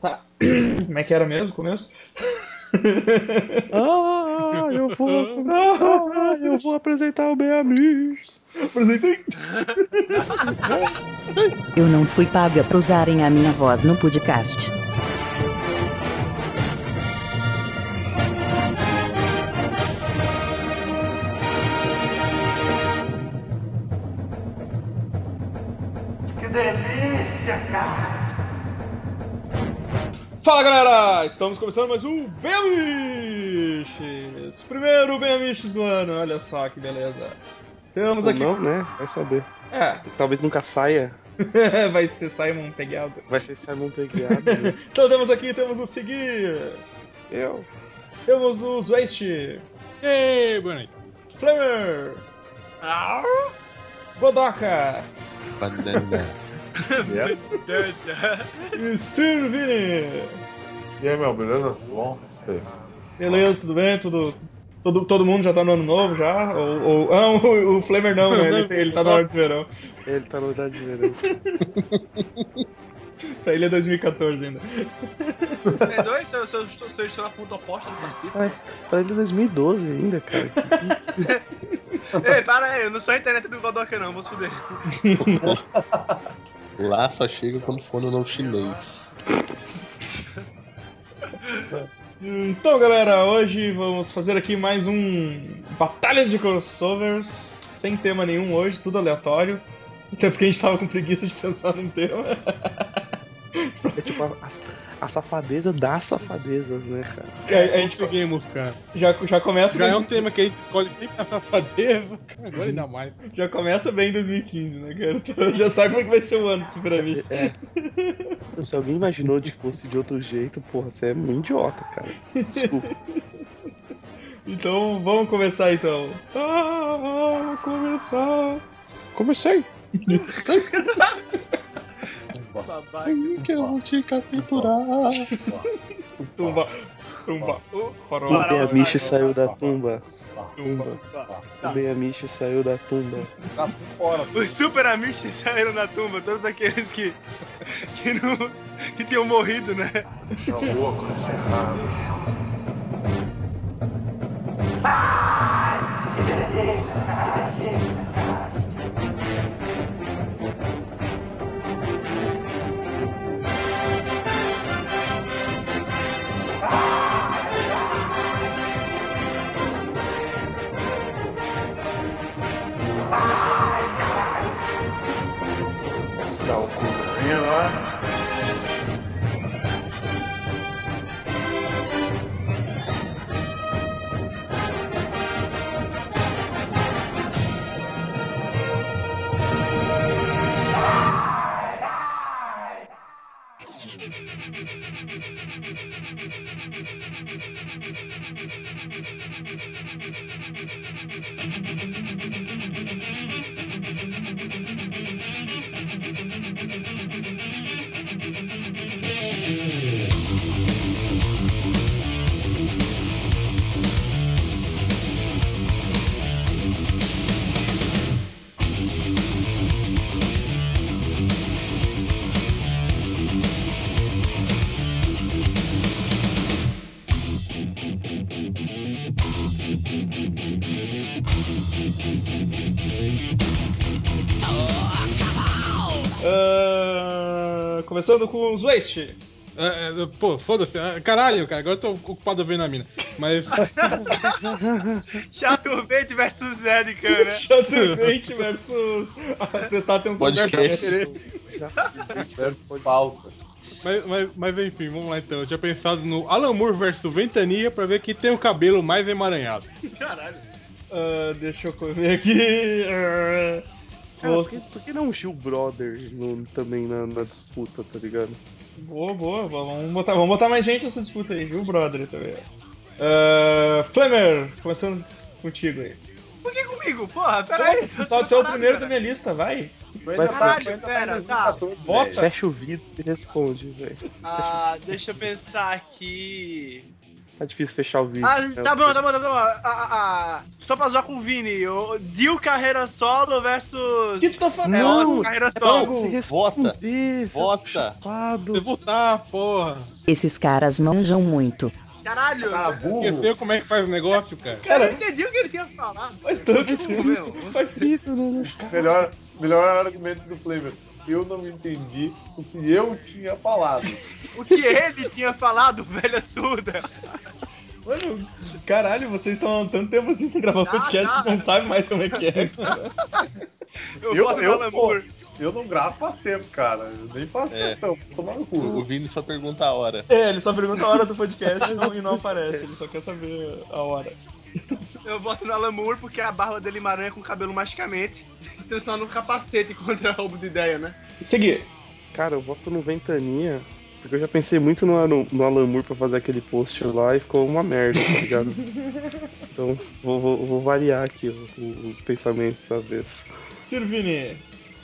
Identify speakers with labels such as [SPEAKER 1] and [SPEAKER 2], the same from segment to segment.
[SPEAKER 1] Tá. Como é que era mesmo o começo?
[SPEAKER 2] Ah, eu vou, ah, eu vou apresentar o meu amigo.
[SPEAKER 1] Apresentei.
[SPEAKER 3] Eu não fui paga pra usarem a minha voz no podcast.
[SPEAKER 4] Que delícia, cara!
[SPEAKER 1] Fala galera! Estamos começando mais um Bemiches! Primeiro Bemiches do ano, olha só que beleza. Temos
[SPEAKER 2] Ou
[SPEAKER 1] aqui.
[SPEAKER 2] não, né? Vai saber.
[SPEAKER 1] É,
[SPEAKER 2] Talvez nunca saia.
[SPEAKER 1] vai ser Simon pegado.
[SPEAKER 2] Vai ser Simon Pegueado. né?
[SPEAKER 1] Então temos aqui, temos o Seguir,
[SPEAKER 2] eu.
[SPEAKER 1] temos o Zwest,
[SPEAKER 5] Ei, bonito.
[SPEAKER 1] Flamer,
[SPEAKER 5] Au.
[SPEAKER 1] Godoka
[SPEAKER 6] Banana.
[SPEAKER 1] e Sirvini.
[SPEAKER 7] E aí, meu, beleza? Tudo bom?
[SPEAKER 1] Beleza, tudo bem? Tudo, todo, todo mundo já tá no ano novo já? Ou, ou- ah, o, o Flamer não, né? Ele, tem- ele tá na hora de verão.
[SPEAKER 2] Ele tá na idade de verão.
[SPEAKER 1] Pra ele é 2014 ainda.
[SPEAKER 5] Vocês dois, se eu- se eu estou- se eu estou na ponta oposta do Pacífico.
[SPEAKER 2] Tá ele é 2012 ainda, cara.
[SPEAKER 5] Ei, para aí, eu não sou a internet do Godoka não, vou se fuder.
[SPEAKER 6] Lá só chega quando for no novo chinês.
[SPEAKER 1] Então, galera, hoje vamos fazer aqui mais um Batalha de Crossovers, sem tema nenhum hoje, tudo aleatório. Até porque a gente tava com preguiça de pensar num tema.
[SPEAKER 2] É tipo a, a- a safadeza das safadezas, né, cara?
[SPEAKER 1] A, a gente
[SPEAKER 5] Conseguimos, cara.
[SPEAKER 1] já, já começa,
[SPEAKER 5] Já é um tema que a gente escolhe sempre na safadeza. Agora ainda mais.
[SPEAKER 1] já começa bem em 2015, né, cara? Então, já sabe como é que vai ser o ano desse pirâmide.
[SPEAKER 2] É. Se alguém imaginou de que fosse de outro jeito, porra, você é um idiota, cara. Desculpa.
[SPEAKER 1] Então, vamos começar então. Ah, vamos começar.
[SPEAKER 2] Comecei.
[SPEAKER 5] Babaca.
[SPEAKER 6] Que eu vou te capturar.
[SPEAKER 1] Tumba, tumba, farol,
[SPEAKER 2] O
[SPEAKER 5] Parou,
[SPEAKER 2] Beamish saiu
[SPEAKER 7] saiu.
[SPEAKER 2] da tumba.
[SPEAKER 1] tumba.
[SPEAKER 2] O Beamish saiu da tumba.
[SPEAKER 7] Tá cinco horas.
[SPEAKER 5] Os super amishes saíram na tumba, todos aqueles que. que não. que tinham morrido, né?
[SPEAKER 7] Tá louco, né? Tá o curinho lá.
[SPEAKER 1] Ah, começando com o Zwaste.
[SPEAKER 8] É, é, pô, foda-se. Ah, Caralho, cara, agora eu tô ocupado vendo a mina. Mas.
[SPEAKER 5] Chaturvete versus Zedican, né? É.
[SPEAKER 1] Chaturvente versus Ah, prestar atenção
[SPEAKER 6] Podcast.
[SPEAKER 1] versus-
[SPEAKER 7] Verso pauta.
[SPEAKER 8] Mas, mas, mas enfim, vamos lá então. Eu tinha pensado no Alan Moore versus Ventania pra ver quem tem o cabelo mais emaranhado.
[SPEAKER 5] Caralho.
[SPEAKER 1] Ah, deixa eu ver aqui.
[SPEAKER 5] É,
[SPEAKER 1] Ah,
[SPEAKER 2] Cara,
[SPEAKER 1] vou-
[SPEAKER 2] por, que, por que não o Gil Brother no- também na, na disputa, tá ligado?
[SPEAKER 1] Boa, boa. Vamos botar, vamos botar mais gente nessa disputa aí, viu, brother? Também. Ah, Flamer, começando contigo aí.
[SPEAKER 5] Por que comigo? Porra, peraí.
[SPEAKER 1] Foda-se, tu é o primeiro da minha lista, vai.
[SPEAKER 5] é
[SPEAKER 2] Vai,
[SPEAKER 5] Caralho, pera, tá.
[SPEAKER 1] Vota.
[SPEAKER 2] é. Fecha o vidro e responde, velho.
[SPEAKER 5] Ah, deixa eu pensar aqui.
[SPEAKER 2] Tá difícil fechar o vídeo.
[SPEAKER 5] Ah,
[SPEAKER 2] né,
[SPEAKER 5] tá
[SPEAKER 2] eu
[SPEAKER 5] bom,
[SPEAKER 2] sei.
[SPEAKER 5] tá bom, tá bom. Ah, ah, ah, só pra zoar com o Vini, o Dio carreira solo versus.
[SPEAKER 1] O que tu tá
[SPEAKER 5] É,
[SPEAKER 1] fazendo?
[SPEAKER 5] nossa, carreira solo.
[SPEAKER 2] Então, Se
[SPEAKER 6] Vota.
[SPEAKER 2] responder, seu
[SPEAKER 6] Vota!
[SPEAKER 2] chapado.
[SPEAKER 8] Você voltar, porra.
[SPEAKER 3] Esses caras manjam muito.
[SPEAKER 5] Caralho!
[SPEAKER 7] Cara
[SPEAKER 8] Eu
[SPEAKER 7] Ah, burro.
[SPEAKER 8] sei como é que faz o negócio, cara.
[SPEAKER 5] Eu não
[SPEAKER 1] Cara,
[SPEAKER 5] entendi o que ele tinha falado.
[SPEAKER 1] faz tanto
[SPEAKER 5] Burro
[SPEAKER 1] assim.
[SPEAKER 5] mesmo.
[SPEAKER 1] Faz
[SPEAKER 7] Melhor, melhor argumento do Flamer. Eu não entendi o que eu tinha falado.
[SPEAKER 5] O que ele tinha falado, velha surda.
[SPEAKER 1] Mano, caralho, vocês estão há tanto tempo assim sem gravar
[SPEAKER 5] Dá,
[SPEAKER 1] podcast,
[SPEAKER 5] dá.
[SPEAKER 1] vocês não sabem mais como é que é. cara.
[SPEAKER 5] Eu,
[SPEAKER 7] Eu-
[SPEAKER 5] voto
[SPEAKER 7] eu-
[SPEAKER 5] no Alan Moore.
[SPEAKER 7] Eu não gravo faz tempo, cara. Eu nem faço
[SPEAKER 6] É.
[SPEAKER 7] questão. Tomar no
[SPEAKER 6] O
[SPEAKER 7] cu.
[SPEAKER 6] Vini só pergunta a hora.
[SPEAKER 1] É, ele só pergunta a hora do podcast e não, e não aparece, ele só quer saber a hora.
[SPEAKER 5] Eu voto no Alan Moore porque a barba dele maranha com o cabelo magicamente. Transforma no capacete contra roubo de ideia, né?
[SPEAKER 1] Segui.
[SPEAKER 2] Cara, eu voto no Ventania. Porque eu já pensei muito no, Alan- no Alan Moore pra fazer aquele post lá e ficou uma merda, tá ligado? então, vou, vou- vou variar aqui o- o- os pensamentos dessa vez.
[SPEAKER 1] Sirvini.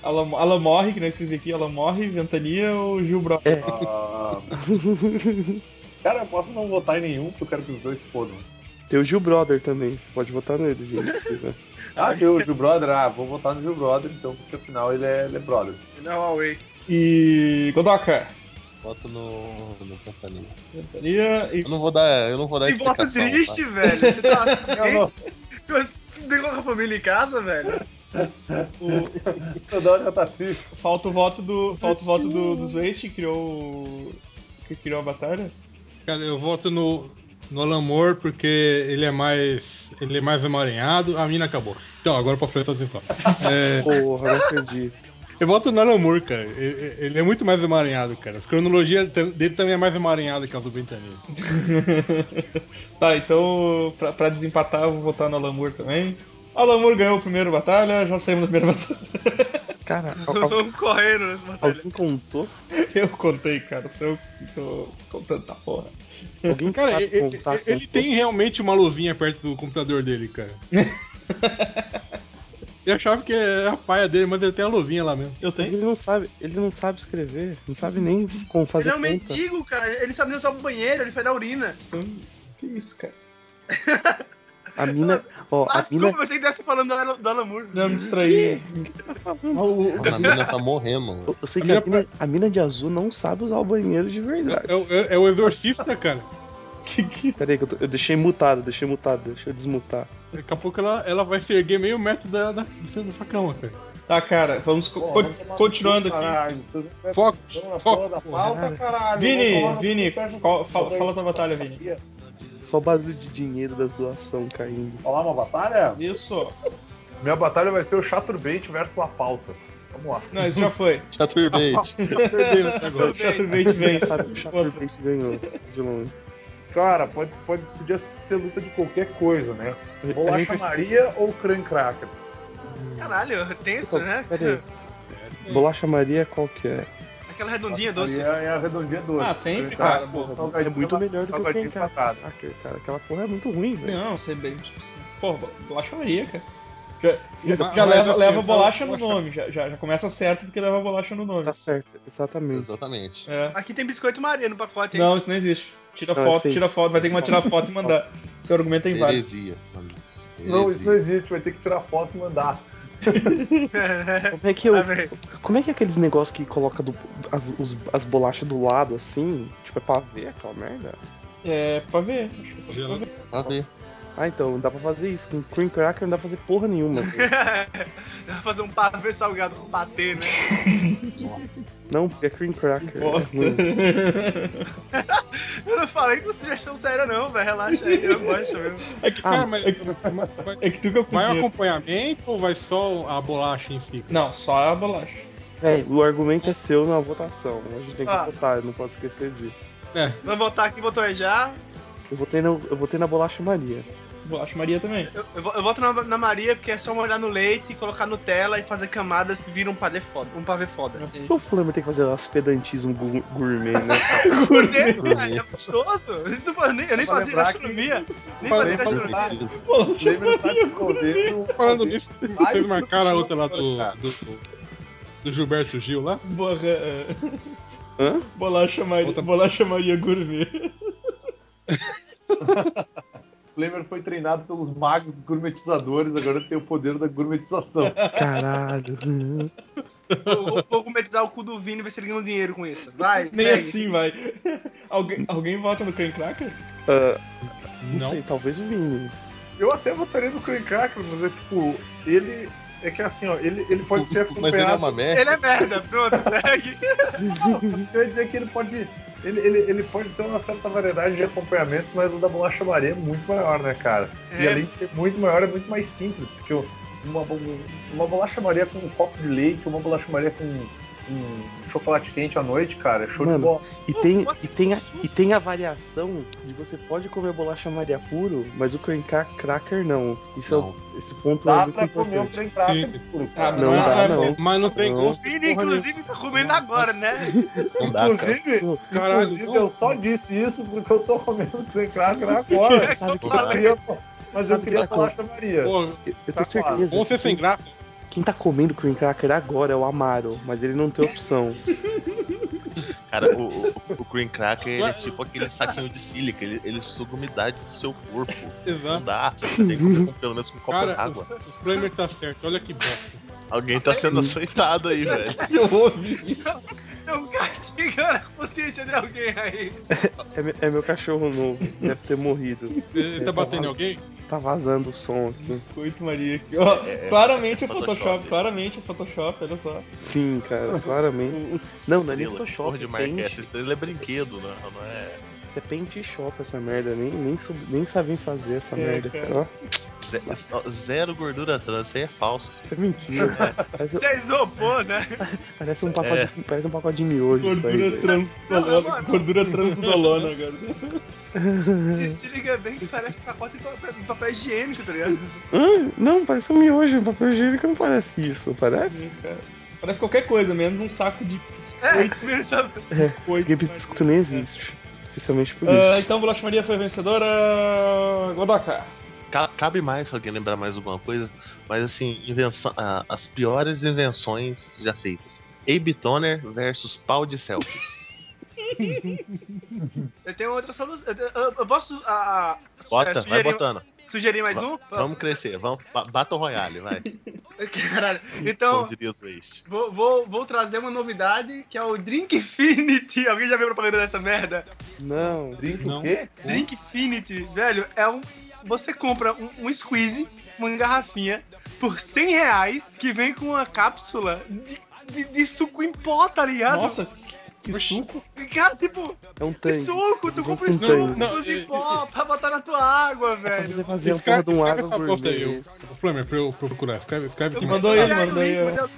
[SPEAKER 1] Ela, ela morre, que não escrevi aqui, ela morre, Ventania ou Gil Brau?
[SPEAKER 7] Ah. Cara, eu posso não votar em nenhum, porque eu quero que os dois fodam.
[SPEAKER 2] Tem o Gil Brother também, você pode votar nele, gente, se quiser.
[SPEAKER 7] Ah, tem o Gil Brother? Ah, vou votar no Gil Brother, então, porque afinal ele é, ele é brother.
[SPEAKER 5] Não, Huawei.
[SPEAKER 1] E. Godoka.
[SPEAKER 6] Voto no. no Pantanil.
[SPEAKER 1] Ventania e.
[SPEAKER 6] Eu não vou dar. Eu não vou dar
[SPEAKER 5] Que voto
[SPEAKER 6] explicação.
[SPEAKER 5] triste, velho. Você tá
[SPEAKER 7] Eu não,
[SPEAKER 5] Não tem com a família em casa, velho?
[SPEAKER 1] o-
[SPEAKER 7] toda hora já tá triste.
[SPEAKER 1] falta o voto do. Falta o voto do, do Zeist, que criou. o- que criou a batalha.
[SPEAKER 8] Cara, eu voto no, no Alan Moore porque ele é mais. Ele é mais emaranhado, a mina acabou. Então, agora pra frente eu tô sem falar. é,
[SPEAKER 2] Porra, não acredito.
[SPEAKER 8] Eu voto no Alan Moore, cara. Ele, ele é muito mais emaranhado, cara. A cronologia tam- dele também é mais emaranhada que a do Bentanil.
[SPEAKER 1] Tá, então, pra, pra desempatar, eu vou votar no Alamur também. Alamur ganhou a primeira batalha, já saímos da primeira batalha.
[SPEAKER 2] Cara, al- al-
[SPEAKER 5] Vamos correndo nessa batalha.
[SPEAKER 2] alguém contou?
[SPEAKER 1] Eu contei, cara, sou eu que tô contando essa porra.
[SPEAKER 2] Alguém que
[SPEAKER 8] Cara,
[SPEAKER 2] sabe
[SPEAKER 8] ele, ele-
[SPEAKER 2] contar?
[SPEAKER 8] ele
[SPEAKER 2] contou?
[SPEAKER 8] tem realmente uma luvinha perto do computador dele, cara. Eu achava que era a paia dele, mas ele tem a luvinha lá mesmo.
[SPEAKER 1] Eu tenho?
[SPEAKER 2] Ele não sabe, ele não sabe escrever, não sabe nem como
[SPEAKER 5] Ele
[SPEAKER 2] fazer
[SPEAKER 5] é um
[SPEAKER 2] conta.
[SPEAKER 5] mendigo, cara. Ele sabe nem usar o banheiro, ele faz da urina.
[SPEAKER 1] Então, Que isso, cara?
[SPEAKER 2] A mina, ó,
[SPEAKER 5] Ah,
[SPEAKER 2] a mina
[SPEAKER 5] desculpa, eu sei que deve falando do Alan- do Alan Moore.
[SPEAKER 1] Já me distraí. O- o-
[SPEAKER 6] A mina tá morrendo.
[SPEAKER 2] Eu, eu sei
[SPEAKER 8] A
[SPEAKER 2] que a
[SPEAKER 8] mina
[SPEAKER 2] mina, a mina de azul não sabe usar o banheiro de verdade.
[SPEAKER 8] É, o- é o exorcista, cara.
[SPEAKER 1] que- que-
[SPEAKER 2] Peraí, que eu, tô- eu deixei mutado, deixei mutado, deixa eu desmutar.
[SPEAKER 8] Daqui a pouco ela, ela vai se erguer meio metro da, da, da sua cama, cara.
[SPEAKER 1] Tá, cara, vamos co-
[SPEAKER 7] Pô,
[SPEAKER 1] co-
[SPEAKER 7] vai tomar
[SPEAKER 1] continuando
[SPEAKER 7] no cu,
[SPEAKER 1] aqui.
[SPEAKER 7] Caralho, vocês não querem
[SPEAKER 8] Foco,
[SPEAKER 7] fazer uma porra
[SPEAKER 8] foco.
[SPEAKER 7] da pauta, caralho.
[SPEAKER 1] Vini,
[SPEAKER 7] Vamos
[SPEAKER 1] Vini,
[SPEAKER 7] falar no cu,
[SPEAKER 1] qual-
[SPEAKER 7] perto
[SPEAKER 1] fala,
[SPEAKER 7] do-
[SPEAKER 1] fala tua batalha, Vini.
[SPEAKER 2] Só o barulho de dinheiro das doações caindo.
[SPEAKER 7] Falar uma batalha?
[SPEAKER 1] Isso.
[SPEAKER 7] Minha batalha vai ser o Chaturbate versus a pauta. Vamos lá.
[SPEAKER 1] Não, isso já foi.
[SPEAKER 6] Chaturbate.
[SPEAKER 8] Perdendo até agora.
[SPEAKER 1] Chaturbate vence.
[SPEAKER 2] Sabe, o Chaturbate ganhou de longe.
[SPEAKER 7] Cara, pode, pode, podia ter luta de qualquer coisa, né?
[SPEAKER 2] A
[SPEAKER 7] Bolacha
[SPEAKER 2] gente-
[SPEAKER 7] Maria ou Crane Cracker?
[SPEAKER 5] Caralho, tenso, né?
[SPEAKER 2] Peraí. Bolacha Maria qual que é?
[SPEAKER 5] Aquela redondinha
[SPEAKER 7] Maria
[SPEAKER 5] doce.
[SPEAKER 7] é a redondinha doce.
[SPEAKER 1] Ah, sempre,
[SPEAKER 7] Crane
[SPEAKER 1] cara,
[SPEAKER 7] Cracker,
[SPEAKER 1] porra.
[SPEAKER 2] É
[SPEAKER 7] salgadinho
[SPEAKER 2] muito
[SPEAKER 7] na-
[SPEAKER 2] melhor do que o
[SPEAKER 7] salgadinho
[SPEAKER 2] Ken
[SPEAKER 7] empatado.
[SPEAKER 2] Cracker, cara. Aquela porra é muito ruim, velho.
[SPEAKER 1] Não, sei bem. tipo assim, Porra, bolacha Maria, cara. Já, já-
[SPEAKER 8] mas-
[SPEAKER 1] já
[SPEAKER 8] mas
[SPEAKER 1] leva,
[SPEAKER 8] assim,
[SPEAKER 1] leva
[SPEAKER 8] eu-
[SPEAKER 1] é bolacha no nome, já, já, já começa certo porque leva bolacha no nome.
[SPEAKER 2] Tá certo, exatamente.
[SPEAKER 6] Exatamente.
[SPEAKER 1] É.
[SPEAKER 5] Aqui tem biscoito Maria no pacote, hein?
[SPEAKER 1] Não, isso não existe. Tira
[SPEAKER 2] Não, é
[SPEAKER 1] foto,
[SPEAKER 2] fake.
[SPEAKER 1] tira foto, vai ter que tirar foto e mandar. Seu argumento é inválido.
[SPEAKER 6] Heresia. mano.
[SPEAKER 7] Não, isso não
[SPEAKER 6] Heresia.
[SPEAKER 7] existe, vai ter que tirar foto e mandar.
[SPEAKER 2] Como é que eu.
[SPEAKER 5] Tá bem.
[SPEAKER 2] Como é que é aqueles negócios que coloca do- as, os- as bolachas do lado assim? Tipo, é pra ver aquela merda?
[SPEAKER 1] É, pra ver. Acho que é pra ver.
[SPEAKER 6] Tá bem.
[SPEAKER 2] Ah, então, dá pra fazer isso. Com cream cracker não dá pra fazer porra nenhuma. velho.
[SPEAKER 5] Vai fazer um pavê salgado com patê, né?
[SPEAKER 2] não, porque é cream cracker.
[SPEAKER 1] Bosta.
[SPEAKER 2] É ruim.
[SPEAKER 5] Eu não falei com sugestão séria, não, velho. Relaxa aí, eu gosto mesmo.
[SPEAKER 1] É
[SPEAKER 2] Ah,
[SPEAKER 1] que,
[SPEAKER 8] Cara, mas vai,
[SPEAKER 1] é que tu que eu
[SPEAKER 8] vai o
[SPEAKER 1] cozinho.
[SPEAKER 8] acompanhamento ou vai só a bolacha em si?
[SPEAKER 1] Não, só a bolacha.
[SPEAKER 2] Véi, o argumento é seu na votação. A gente tem que
[SPEAKER 5] Ah.
[SPEAKER 2] votar, não pode esquecer disso.
[SPEAKER 8] É,
[SPEAKER 5] Vamos voltar aqui, botou aí já.
[SPEAKER 2] Eu votei, no, eu votei na bolacha Maria.
[SPEAKER 1] Bolacha Maria também.
[SPEAKER 5] Eu, eu, vo- eu volto na, na Maria, porque é só molhar no leite, colocar Nutella e fazer camadas que vira um pavê foda. Um pavê foda.
[SPEAKER 2] O Flamengo tem que fazer umas pedantismo gu- gourmet, né?
[SPEAKER 5] Por quê? cara? É gostoso. Isso não foi- nem- eu nem
[SPEAKER 7] Só pra
[SPEAKER 5] fazia
[SPEAKER 7] lembrar
[SPEAKER 5] gastronomia. Nem
[SPEAKER 7] Só
[SPEAKER 5] fazia
[SPEAKER 7] lembrar
[SPEAKER 5] gastronomia.
[SPEAKER 1] Bolacha
[SPEAKER 7] Flamer tá escondendo.
[SPEAKER 8] falando nisso, vocês
[SPEAKER 7] Ai,
[SPEAKER 8] marcaram a
[SPEAKER 7] meu
[SPEAKER 8] outra lá do,
[SPEAKER 7] Deus,
[SPEAKER 8] do, do Gilberto Gil lá?
[SPEAKER 1] Borra, é.
[SPEAKER 2] Hã?
[SPEAKER 1] Bolacha Maria,
[SPEAKER 8] Outra-
[SPEAKER 1] bolacha Maria Gourmet.
[SPEAKER 7] Flamer foi treinado pelos magos gourmetizadores, agora tem o poder da gourmetização.
[SPEAKER 2] Caralho.
[SPEAKER 5] Vou, vou- vou gourmetizar o cu do Vini e ver se ele ganha um dinheiro com isso. Vai,
[SPEAKER 1] Nem
[SPEAKER 5] segue.
[SPEAKER 1] assim vai. Alguém, alguém vota no Crane Cracker?
[SPEAKER 2] Ah, não,
[SPEAKER 8] Não.
[SPEAKER 2] sei, talvez o Vini.
[SPEAKER 7] Eu até votaria no Crancacker, mas é tipo, ele. É que assim, ó, ele, ele pode ser
[SPEAKER 6] Mas ele é
[SPEAKER 7] acompanhado.
[SPEAKER 6] uma merda.
[SPEAKER 5] Ele é merda, pronto, segue.
[SPEAKER 7] Eu ia dizer que ele pode. Ele, ele, ele pode ter uma certa variedade de acompanhamentos, mas o da bolacha Maria é muito maior, né, cara? E
[SPEAKER 5] É.
[SPEAKER 7] além de ser muito maior, é muito mais simples, porque uma, bo- uma bolacha Maria com um copo de leite, uma bolacha Maria com um chocolate quente à noite, cara, é show
[SPEAKER 2] Mano,
[SPEAKER 7] de bola.
[SPEAKER 2] E
[SPEAKER 5] Pô,
[SPEAKER 2] tem,
[SPEAKER 5] pode
[SPEAKER 2] e, tem a,
[SPEAKER 5] ser
[SPEAKER 2] e tem a variação de você pode comer bolacha Maria puro, mas o crancar cracker não. Isso é o- esse ponto é
[SPEAKER 7] Dá
[SPEAKER 2] muito
[SPEAKER 7] pra comer um
[SPEAKER 2] importante.
[SPEAKER 7] trem prato
[SPEAKER 8] Sim.
[SPEAKER 7] puro,
[SPEAKER 1] Ah,
[SPEAKER 7] cara.
[SPEAKER 1] mas
[SPEAKER 2] Não
[SPEAKER 1] é-
[SPEAKER 2] dá,
[SPEAKER 1] é-
[SPEAKER 2] não.
[SPEAKER 8] Mas não tem
[SPEAKER 2] Não.
[SPEAKER 8] gosto,
[SPEAKER 5] Vini, inclusive, tá comendo agora, né?
[SPEAKER 6] Não dá, cara.
[SPEAKER 7] Inclusive,
[SPEAKER 8] caralho.
[SPEAKER 7] inclusive eu só disse isso porque eu tô comendo trem prato agora.
[SPEAKER 2] Sabe o que
[SPEAKER 7] Eu queria- mas eu
[SPEAKER 2] Sabe
[SPEAKER 7] queria
[SPEAKER 2] que tá
[SPEAKER 7] bolacha Maria.
[SPEAKER 8] Pô,
[SPEAKER 2] Eu
[SPEAKER 7] Tá
[SPEAKER 2] tenho certeza.
[SPEAKER 8] vamos ser
[SPEAKER 2] que
[SPEAKER 8] sem graça.
[SPEAKER 2] Quem tá comendo cream cracker agora é o Amaro, mas ele não tem opção.
[SPEAKER 6] Cara, o, o, o Green Cracker ele é
[SPEAKER 8] Ué.
[SPEAKER 6] tipo aquele saquinho de sílica, ele, ele suga umidade do seu corpo. Não
[SPEAKER 8] Exato.
[SPEAKER 6] dá, você tem que comer com- pelo menos com um copo
[SPEAKER 8] Cara,
[SPEAKER 6] d'água.
[SPEAKER 8] o Flamer tá certo, olha que bosta.
[SPEAKER 6] Alguém tá sendo açoitado aí, velho.
[SPEAKER 5] Eu castigando a consciência de alguém aí.
[SPEAKER 2] É, me- é meu cachorro novo, deve ter morrido.
[SPEAKER 8] Ele tá batendo em alguém?
[SPEAKER 2] Tá vazando o som aqui.
[SPEAKER 1] Biscoito Maria aqui. Ó, claramente é Photoshop,
[SPEAKER 6] Photoshop.
[SPEAKER 1] claramente é Photoshop, olha só.
[SPEAKER 2] Sim, cara, claramente. Não, não é nem Photoshop,
[SPEAKER 6] Porra de marca, essa
[SPEAKER 2] pente.
[SPEAKER 6] estrela é brinquedo, né? Não é.
[SPEAKER 2] Você pente e shop essa merda, nem, nem, sub- nem sabem fazer essa
[SPEAKER 1] É,
[SPEAKER 2] merda,
[SPEAKER 1] cara.
[SPEAKER 2] cara. Ó,
[SPEAKER 6] ze- ó, Zero gordura trans, isso aí é falso.
[SPEAKER 2] Isso é mentira. Parece,
[SPEAKER 5] Você é isopor, né?
[SPEAKER 2] parece um pacote, parece um pacote de miojo isso aí.
[SPEAKER 1] Gordura
[SPEAKER 2] velho.
[SPEAKER 1] transdolona, gordura transdolona agora.
[SPEAKER 5] Se, se liga bem que parece pacote de papel, de papel higiênico, tá ligado?
[SPEAKER 2] Hã? não, parece um miojo, papel higiênico não parece isso, parece?
[SPEAKER 1] Sim, cara. Parece qualquer coisa, menos um saco de
[SPEAKER 5] É,
[SPEAKER 1] biscoito.
[SPEAKER 5] primeiro sabe.
[SPEAKER 1] biscoito
[SPEAKER 2] Porque biscoito nem existe. Especialmente por
[SPEAKER 1] Ah,
[SPEAKER 2] isso.
[SPEAKER 1] então, Bolacha Maria foi a vencedora. Godoka.
[SPEAKER 6] Ca- Cabe mais se alguém lembrar mais alguma coisa, mas assim, invenção, ah, as piores invenções já feitas. Abe Toner versus pau de selfie.
[SPEAKER 5] Eu tenho outra solução. Eu, eu- eu posso a, a- su- é,
[SPEAKER 6] Bota, vai
[SPEAKER 5] sugerir,
[SPEAKER 6] botando.
[SPEAKER 5] sugerir mais um?
[SPEAKER 6] Vamos crescer, vamos. ba- Battle Royale, vai.
[SPEAKER 5] Caralho. Então,
[SPEAKER 6] Como diria os Waste.
[SPEAKER 5] Vou, vou, vou trazer uma novidade que é o Drinkfinity. Alguém já viu propaganda dessa merda?
[SPEAKER 2] Não.
[SPEAKER 7] Drink
[SPEAKER 8] Não.
[SPEAKER 7] o quê?
[SPEAKER 2] É.
[SPEAKER 5] Drinkfinity, velho, é um. Você compra um, um squeeze, uma garrafinha, por 100 reais, que vem com uma cápsula de, de, de suco em pó, tá ligado?
[SPEAKER 1] Nossa, que- que suco.
[SPEAKER 5] E, Cara, tipo,
[SPEAKER 2] É um
[SPEAKER 5] que
[SPEAKER 2] tanque.
[SPEAKER 5] suco, tu
[SPEAKER 2] Não
[SPEAKER 5] compra um
[SPEAKER 2] tem
[SPEAKER 5] suco
[SPEAKER 2] tanque.
[SPEAKER 8] Não,
[SPEAKER 5] em
[SPEAKER 8] e-
[SPEAKER 5] pó pra botar na tua água,
[SPEAKER 2] É pra você
[SPEAKER 5] velho.
[SPEAKER 2] fazer uma porra
[SPEAKER 8] Escreve-
[SPEAKER 2] de um
[SPEAKER 8] escreve
[SPEAKER 2] água
[SPEAKER 8] essa bosta aí,
[SPEAKER 2] gourmet.
[SPEAKER 8] o- o Flamer, pra eu procurar. Escreve, escreve aqui.
[SPEAKER 1] Mandou
[SPEAKER 5] vou
[SPEAKER 1] ele,
[SPEAKER 5] pegar
[SPEAKER 1] mandou
[SPEAKER 5] o link,
[SPEAKER 1] ele.
[SPEAKER 5] mas eu-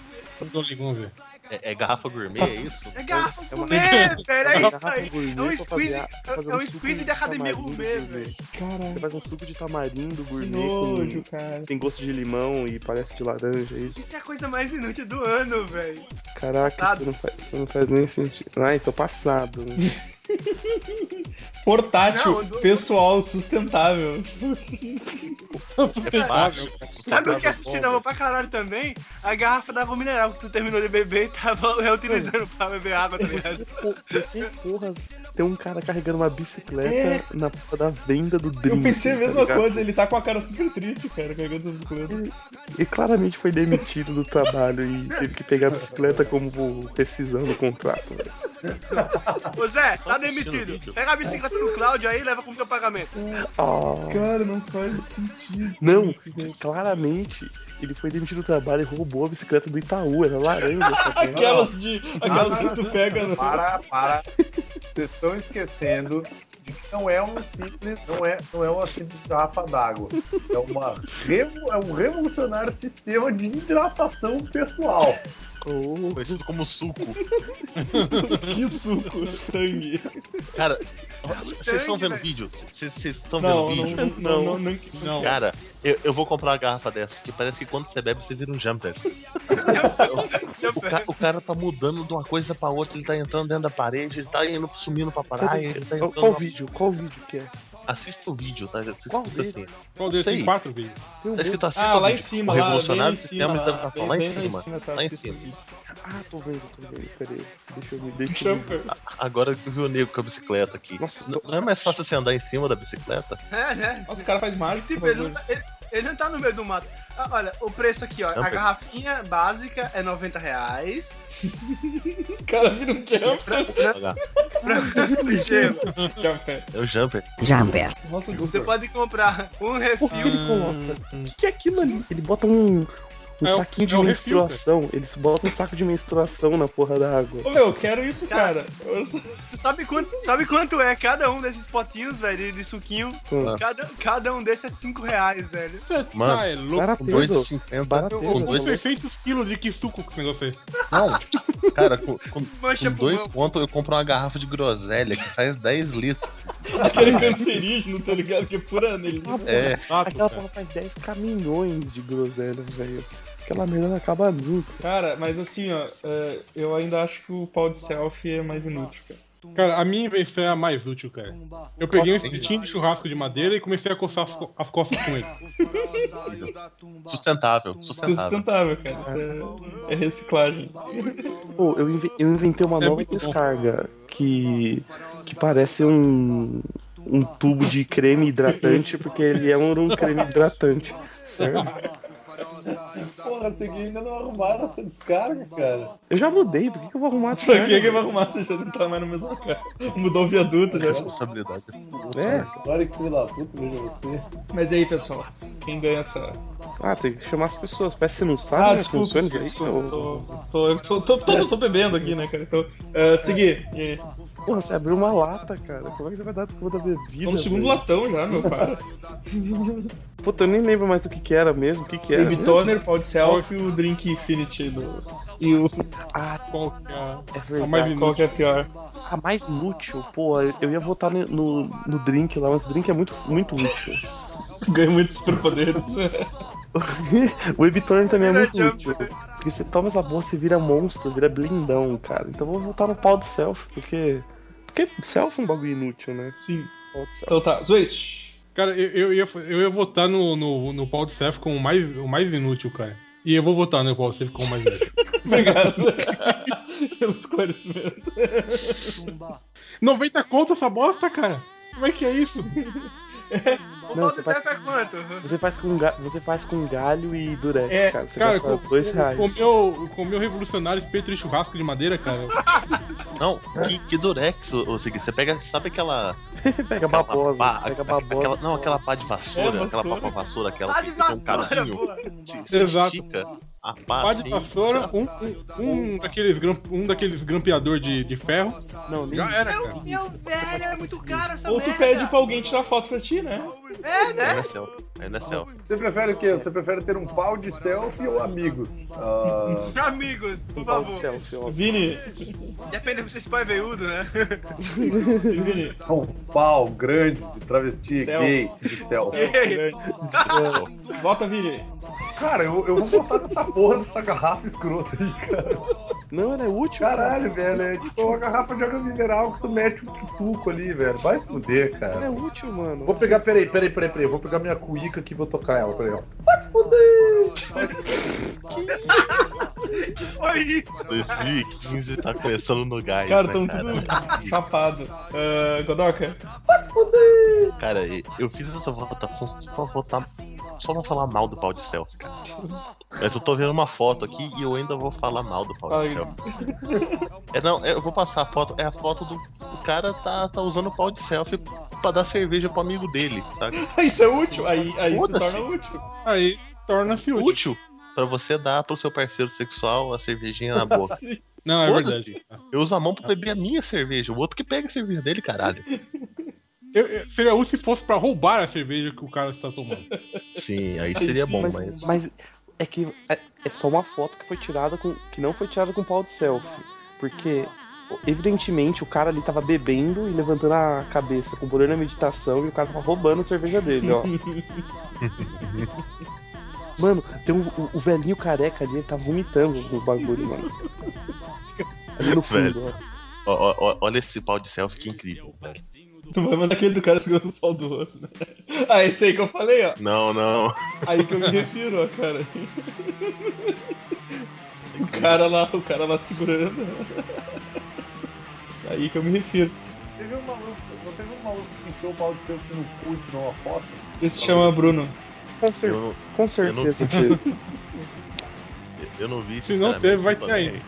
[SPEAKER 8] Mandou o link, vamos ver.
[SPEAKER 6] É, é garrafa gourmet, é isso?
[SPEAKER 5] É garrafa
[SPEAKER 2] É uma-
[SPEAKER 5] gourmet, velho, é isso
[SPEAKER 2] garrafa
[SPEAKER 5] aí.
[SPEAKER 2] gourmet
[SPEAKER 5] É um
[SPEAKER 2] pra
[SPEAKER 5] squeeze,
[SPEAKER 2] fazer- pra fazer
[SPEAKER 5] é um
[SPEAKER 2] suco
[SPEAKER 5] squeeze
[SPEAKER 2] de
[SPEAKER 5] de academia
[SPEAKER 2] tamarindo
[SPEAKER 5] gourmet,
[SPEAKER 2] gourmet.
[SPEAKER 5] velho.
[SPEAKER 2] Você
[SPEAKER 1] Caralho,
[SPEAKER 2] faz um suco de tamarindo
[SPEAKER 1] que
[SPEAKER 2] gourmet
[SPEAKER 1] nojo,
[SPEAKER 2] com...
[SPEAKER 1] cara.
[SPEAKER 2] Tem gosto de limão e parece de laranja, é isso?
[SPEAKER 5] Isso é a coisa mais inútil do ano, velho.
[SPEAKER 2] Caraca,
[SPEAKER 5] Passado.
[SPEAKER 2] isso não, faz, isso não faz nem sentido. Ai, tô passado.
[SPEAKER 1] Portátil,
[SPEAKER 5] Não, do-
[SPEAKER 1] pessoal, sustentável.
[SPEAKER 6] É fácil.
[SPEAKER 5] Sabe
[SPEAKER 2] é
[SPEAKER 5] o que assistirava pra caralho também? A garrafa da água mineral que tu terminou de beber e tava reutilizando pra beber água, tá ligado?
[SPEAKER 2] Por que porra tem um cara carregando uma bicicleta
[SPEAKER 1] É.
[SPEAKER 2] na porra da venda do drink?
[SPEAKER 1] Eu pensei a
[SPEAKER 2] tá
[SPEAKER 1] mesma
[SPEAKER 2] ligado?
[SPEAKER 1] coisa, ele tá com a cara super triste, cara, carregando essa bicicleta.
[SPEAKER 2] Ele claramente foi demitido do trabalho e teve que pegar a bicicleta como rescisão do contrato. né? velho.
[SPEAKER 5] Ô Zé,
[SPEAKER 6] assistindo
[SPEAKER 5] tá
[SPEAKER 6] o
[SPEAKER 5] demitido.
[SPEAKER 6] vídeo.
[SPEAKER 5] Pega a bicicleta do Cláudio aí e leva como teu pagamento.
[SPEAKER 2] Ah.
[SPEAKER 1] Cara, não faz sentido.
[SPEAKER 2] Não,
[SPEAKER 1] isso, cara.
[SPEAKER 2] claramente ele foi demitido do trabalho e roubou a bicicleta do Itaú, era laranja. sabe?
[SPEAKER 1] Aquelas de. Aquelas que tu pega né? no.
[SPEAKER 7] Para, para. Vocês estão esquecendo de que não é um simples, não é, não é uma simples garrafa d'água. É, uma, revo- é um revolucionário sistema de hidratação pessoal.
[SPEAKER 2] Oh,
[SPEAKER 6] Conhecido como suco.
[SPEAKER 1] Que suco, tangue.
[SPEAKER 6] Cara, vocês estão vendo
[SPEAKER 5] velho.
[SPEAKER 6] vídeo? Vocês vocês estão vendo
[SPEAKER 1] Não,
[SPEAKER 6] vídeo?
[SPEAKER 1] não, não, não, não.
[SPEAKER 8] Não,
[SPEAKER 6] Cara, eu, eu vou comprar uma garrafa dessa, porque parece que quando você bebe, você vira um jumper. O, ca- o cara tá mudando de uma coisa pra outra, ele tá entrando dentro da parede, ele tá indo sumindo pra praia, ele tá entrando.
[SPEAKER 2] qual
[SPEAKER 6] na-
[SPEAKER 2] vídeo? Qual vídeo que é?
[SPEAKER 6] Assista o vídeo, tá? Você
[SPEAKER 2] Qual
[SPEAKER 6] escuta
[SPEAKER 2] vídeo?
[SPEAKER 6] assim.
[SPEAKER 8] Qual deles?
[SPEAKER 6] Sei.
[SPEAKER 8] Tem quatro vídeos.
[SPEAKER 2] Tem um
[SPEAKER 6] Tá escrito assista
[SPEAKER 1] Ah,
[SPEAKER 6] o
[SPEAKER 1] lá em
[SPEAKER 6] vídeo.
[SPEAKER 1] cima,
[SPEAKER 6] O
[SPEAKER 1] lá,
[SPEAKER 6] revolucionário
[SPEAKER 1] bem em
[SPEAKER 6] do sistema
[SPEAKER 1] cima,
[SPEAKER 6] de educação,
[SPEAKER 1] bem-
[SPEAKER 6] lá em
[SPEAKER 1] bem lá em
[SPEAKER 6] cima.
[SPEAKER 1] cima, tá,
[SPEAKER 6] Lá em
[SPEAKER 1] assista o
[SPEAKER 6] cima.
[SPEAKER 1] vídeo.
[SPEAKER 2] Ah, tô vendo, tô vendo, peraí. Deixa eu ver, deixa eu ver.
[SPEAKER 1] Jumper.
[SPEAKER 6] Agora eu vi o nego com a bicicleta aqui.
[SPEAKER 2] Nossa,
[SPEAKER 6] N- Não é mais fácil você andar em cima da bicicleta?
[SPEAKER 5] É, né?
[SPEAKER 1] Nossa, o cara faz mágica.
[SPEAKER 5] Tipo, ele não, tá, ele, ele não tá no meio do mato. Ah, Olha, o preço aqui, ó.
[SPEAKER 6] Não,
[SPEAKER 5] A
[SPEAKER 6] Pedro.
[SPEAKER 5] garrafinha básica é 90 reais.
[SPEAKER 1] O cara vira um jumper.
[SPEAKER 5] Gelo.
[SPEAKER 1] jumper.
[SPEAKER 6] É o jumper.
[SPEAKER 3] Jumper.
[SPEAKER 1] Nossa,
[SPEAKER 5] Você pode comprar um
[SPEAKER 2] Porra,
[SPEAKER 5] refil.
[SPEAKER 2] ele coloca. O que, que é aquilo ali? Ele bota um, um
[SPEAKER 8] É o-
[SPEAKER 2] saquinho de
[SPEAKER 8] é o refil,
[SPEAKER 2] menstruação. Eles botam um saco de menstruação na porra da água.
[SPEAKER 1] Ô meu, eu quero isso, cara. Eu só-
[SPEAKER 5] Sabe quanto, sabe quanto é cada um desses potinhos, velho, de suquinho?
[SPEAKER 2] Ah.
[SPEAKER 5] Cada, cada um desses é 5 reais, velho.
[SPEAKER 8] Você
[SPEAKER 6] Mano,
[SPEAKER 8] tá é louco.
[SPEAKER 6] Com
[SPEAKER 2] Barateiro.
[SPEAKER 6] 2,50.
[SPEAKER 2] Barateiro.
[SPEAKER 6] Com
[SPEAKER 8] Com
[SPEAKER 6] dois,
[SPEAKER 8] 600 quilos de que suco que esse negócio aí.
[SPEAKER 6] não, cara, com, com,
[SPEAKER 5] Mancha
[SPEAKER 6] com Um, dois
[SPEAKER 5] pulmão.
[SPEAKER 6] conto eu compro uma garrafa de groselha que faz 10 litros.
[SPEAKER 1] Aquele cancerígeno, tá ligado? Que é pura anelina.
[SPEAKER 6] É,
[SPEAKER 8] Quatro,
[SPEAKER 2] Aquela
[SPEAKER 8] cara.
[SPEAKER 2] porra faz 10 caminhões de groselha, velho. Aquela merda não acaba nunca.
[SPEAKER 1] Cara, mas assim, ó, é, eu ainda acho que o pau de selfie é mais inútil, cara.
[SPEAKER 8] Cara, a minha invenção é a mais útil, cara. Eu peguei um espetinho de churrasco de madeira e comecei a coçar as, co- as costas com ele.
[SPEAKER 6] sustentável, sustentável.
[SPEAKER 1] Sustentável, cara. Isso é, é reciclagem.
[SPEAKER 2] Pô, eu, inve- eu inventei uma
[SPEAKER 8] É
[SPEAKER 2] nova
[SPEAKER 8] muito bom.
[SPEAKER 2] descarga que, que parece um, um tubo de creme hidratante, porque ele é um, um creme hidratante, certo?
[SPEAKER 7] Porra, esse aqui ainda não arrumaram essa descarga, cara.
[SPEAKER 2] Eu já mudei, por que, que eu vou arrumar a
[SPEAKER 1] Pra que
[SPEAKER 2] descarga?
[SPEAKER 1] é que vai arrumar se já não tá mais no mesmo cara? Mudou o viaduto já.
[SPEAKER 6] Responsabilidade.
[SPEAKER 2] É.
[SPEAKER 7] Olha que filho da puta, veja você.
[SPEAKER 1] Mas e aí, pessoal? Quem ganha essa.
[SPEAKER 2] Ah, tem que chamar as pessoas, parece que você não sabe,
[SPEAKER 1] Ah,
[SPEAKER 2] né,
[SPEAKER 1] desculpa,
[SPEAKER 2] funciona
[SPEAKER 1] desculpa,
[SPEAKER 2] direito,
[SPEAKER 1] desculpa.
[SPEAKER 2] né?
[SPEAKER 1] Tô, tô, eu tô, tô, tô- tô bebendo aqui, né, cara? Então, eh, seguir. E aí?
[SPEAKER 2] Porra, você abriu uma lata, cara. Como é que você vai dar desculpa da bebida?
[SPEAKER 1] Tô no segundo
[SPEAKER 2] velho?
[SPEAKER 1] latão já, meu cara.
[SPEAKER 2] Puta, eu nem lembro mais do que que era mesmo, o que que era
[SPEAKER 1] Baby
[SPEAKER 2] mesmo?
[SPEAKER 1] Toner, pau de selfie e o Drink Infinity do. E o.
[SPEAKER 2] Ah,
[SPEAKER 8] Qual que é
[SPEAKER 2] é
[SPEAKER 8] a
[SPEAKER 2] verdade.
[SPEAKER 8] mais
[SPEAKER 1] Qual
[SPEAKER 8] inútil?
[SPEAKER 1] que é pior?
[SPEAKER 2] A mais útil, pô, eu ia votar no, no, no drink lá, mas o drink é muito, muito útil.
[SPEAKER 1] Ganha muitos superpoderes.
[SPEAKER 2] o Ebitorn também é
[SPEAKER 5] Vira
[SPEAKER 2] muito
[SPEAKER 5] jump.
[SPEAKER 2] útil. Porque você toma essa bolsa você vira monstro, vira blindão, cara. Então eu vou votar no pau do self, porque. Porque self é um bagulho inútil, né?
[SPEAKER 1] Sim.
[SPEAKER 2] Pau do self.
[SPEAKER 1] Então tá, Zwist.
[SPEAKER 8] Cara, eu, eu, ia, eu ia votar no, no, no Paul de Self como o mais, o mais inútil, cara. E eu vou votar no Paul de Self como o mais inútil.
[SPEAKER 1] Obrigado pelo esclarecimento.
[SPEAKER 8] 90 conto essa bosta, cara? Como é que é isso?
[SPEAKER 5] O
[SPEAKER 2] Não,
[SPEAKER 5] pau
[SPEAKER 2] você
[SPEAKER 5] de
[SPEAKER 2] faz-
[SPEAKER 5] selfie é quanto?
[SPEAKER 2] Você faz, com ga... você faz com galho e durex,
[SPEAKER 1] É,
[SPEAKER 2] cara. Você
[SPEAKER 8] cara,
[SPEAKER 2] gasta
[SPEAKER 8] com-
[SPEAKER 2] dois reais.
[SPEAKER 8] Comeu, comeu revolucionário espeto de churrasco de madeira, cara.
[SPEAKER 6] Não, que, é que durex, ô, ô, Segui. Você pega, sabe aquela.
[SPEAKER 2] Pega
[SPEAKER 6] aquela
[SPEAKER 2] babosa,
[SPEAKER 6] pá-
[SPEAKER 2] pega
[SPEAKER 6] aquela-
[SPEAKER 2] babosa.
[SPEAKER 6] aquela- não, aquela pá de vassoura,
[SPEAKER 1] É,
[SPEAKER 6] aquela pá
[SPEAKER 1] vassoura.
[SPEAKER 6] de vassoura, aquela
[SPEAKER 5] Tá
[SPEAKER 6] que
[SPEAKER 5] de
[SPEAKER 6] tem um
[SPEAKER 5] vassoura,
[SPEAKER 6] cabinho.
[SPEAKER 5] boa.
[SPEAKER 6] se- se
[SPEAKER 8] Exato.
[SPEAKER 6] estica, a pá
[SPEAKER 8] Pá de
[SPEAKER 6] assim,
[SPEAKER 8] vassoura, um, um, um daqueles, gramp, um daqueles grampeador de, de ferro.
[SPEAKER 2] Não, nem
[SPEAKER 8] Já é era,
[SPEAKER 2] isso,
[SPEAKER 8] cara.
[SPEAKER 2] nem
[SPEAKER 5] Meu
[SPEAKER 2] isso. Você pode
[SPEAKER 5] velho, é muito
[SPEAKER 2] conseguir.
[SPEAKER 5] caro essa
[SPEAKER 1] Ou tu
[SPEAKER 5] merda.
[SPEAKER 1] pede pra alguém tirar foto pra ti, né?
[SPEAKER 5] É,
[SPEAKER 6] É
[SPEAKER 5] né?
[SPEAKER 6] na selva. É na selva.
[SPEAKER 7] Você prefere o quê? Você prefere ter um pau de selfie ou amigos? Ah,
[SPEAKER 5] Amigos, por
[SPEAKER 2] Um pau de
[SPEAKER 5] favor.
[SPEAKER 2] selfie, ó.
[SPEAKER 1] Vini,
[SPEAKER 5] Depende se você põe veiudo, né?
[SPEAKER 1] Vini,
[SPEAKER 7] um pau grande de travesti
[SPEAKER 1] Selfie.
[SPEAKER 7] gay de selfie.
[SPEAKER 1] Volta, Vini.
[SPEAKER 7] Cara, eu, eu vou botar nessa porra dessa garrafa escrota aí.
[SPEAKER 2] Não, ela é útil, cara.
[SPEAKER 7] Caralho, velho. É tipo uma garrafa de água mineral que tu mete um suco ali, velho. Vai se fuder,
[SPEAKER 2] Ela é
[SPEAKER 7] cara.
[SPEAKER 2] útil, mano.
[SPEAKER 7] Vou pegar, peraí, peraí, peraí, peraí. Vou pegar minha cuíca aqui e vou tocar ela, peraí, ó. Vai se fuder!
[SPEAKER 6] 2015 tá começando no gás.
[SPEAKER 1] Cara,
[SPEAKER 6] né,
[SPEAKER 1] tão
[SPEAKER 6] cara?
[SPEAKER 1] tudo chapado. Ah, Godoka,
[SPEAKER 6] Cara, e- eu fiz essa votação só pra votar. Só pra falar mal do pau de selfie, cara. Mas eu tô vendo uma foto aqui e eu ainda vou falar mal do pau de
[SPEAKER 1] Ai.
[SPEAKER 6] selfie. É, não, eu vou passar a foto. É a foto do. O cara tá, tá usando o pau de selfie pra dar cerveja pro amigo dele, sabe?
[SPEAKER 1] isso é útil? Aí, aí se
[SPEAKER 6] Foda-se.
[SPEAKER 1] torna útil.
[SPEAKER 8] Aí torna-se útil.
[SPEAKER 6] Útil pra você dar pro seu parceiro sexual a cervejinha na boca.
[SPEAKER 8] Não, é
[SPEAKER 6] Foda-se.
[SPEAKER 8] verdade.
[SPEAKER 6] Eu uso a mão pra beber a minha cerveja. O outro que pega a cerveja dele, caralho.
[SPEAKER 8] Eu- eu- seria útil se fosse pra roubar a cerveja que o cara está tomando.
[SPEAKER 6] Sim, aí seria bom,
[SPEAKER 2] mas,
[SPEAKER 6] mas.
[SPEAKER 2] mas é que é, é só uma foto que foi tirada com. que não foi tirada com pau de selfie. Porque, evidentemente, o cara ali tava bebendo e levantando a cabeça, com o poder na meditação, e o cara tava roubando a cerveja dele, ó. mano, tem um, o, o velhinho careca ali, ele tá vomitando no bagulho, mano. Ali no fundo, ó.
[SPEAKER 6] Ó, ó, ó, olha esse pau de selfie que incrível, velho.
[SPEAKER 1] Tu vai mandar aquele do cara segurando o pau do outro, né? Ah, esse aí que eu falei, ó.
[SPEAKER 6] Não, não.
[SPEAKER 1] Aí que eu me refiro, ó, cara. O cara lá, o cara lá segurando. Aí que eu me refiro.
[SPEAKER 7] Teve um maluco, não teve um maluco que enfiou o pau de seu no cu e tirou uma foto?
[SPEAKER 1] Esse se chama Bruno.
[SPEAKER 2] Com, cer-
[SPEAKER 6] Eu não,
[SPEAKER 2] com certeza teve.
[SPEAKER 6] eu não vi
[SPEAKER 8] Se não teve, vai ter aí.
[SPEAKER 6] sinceramente,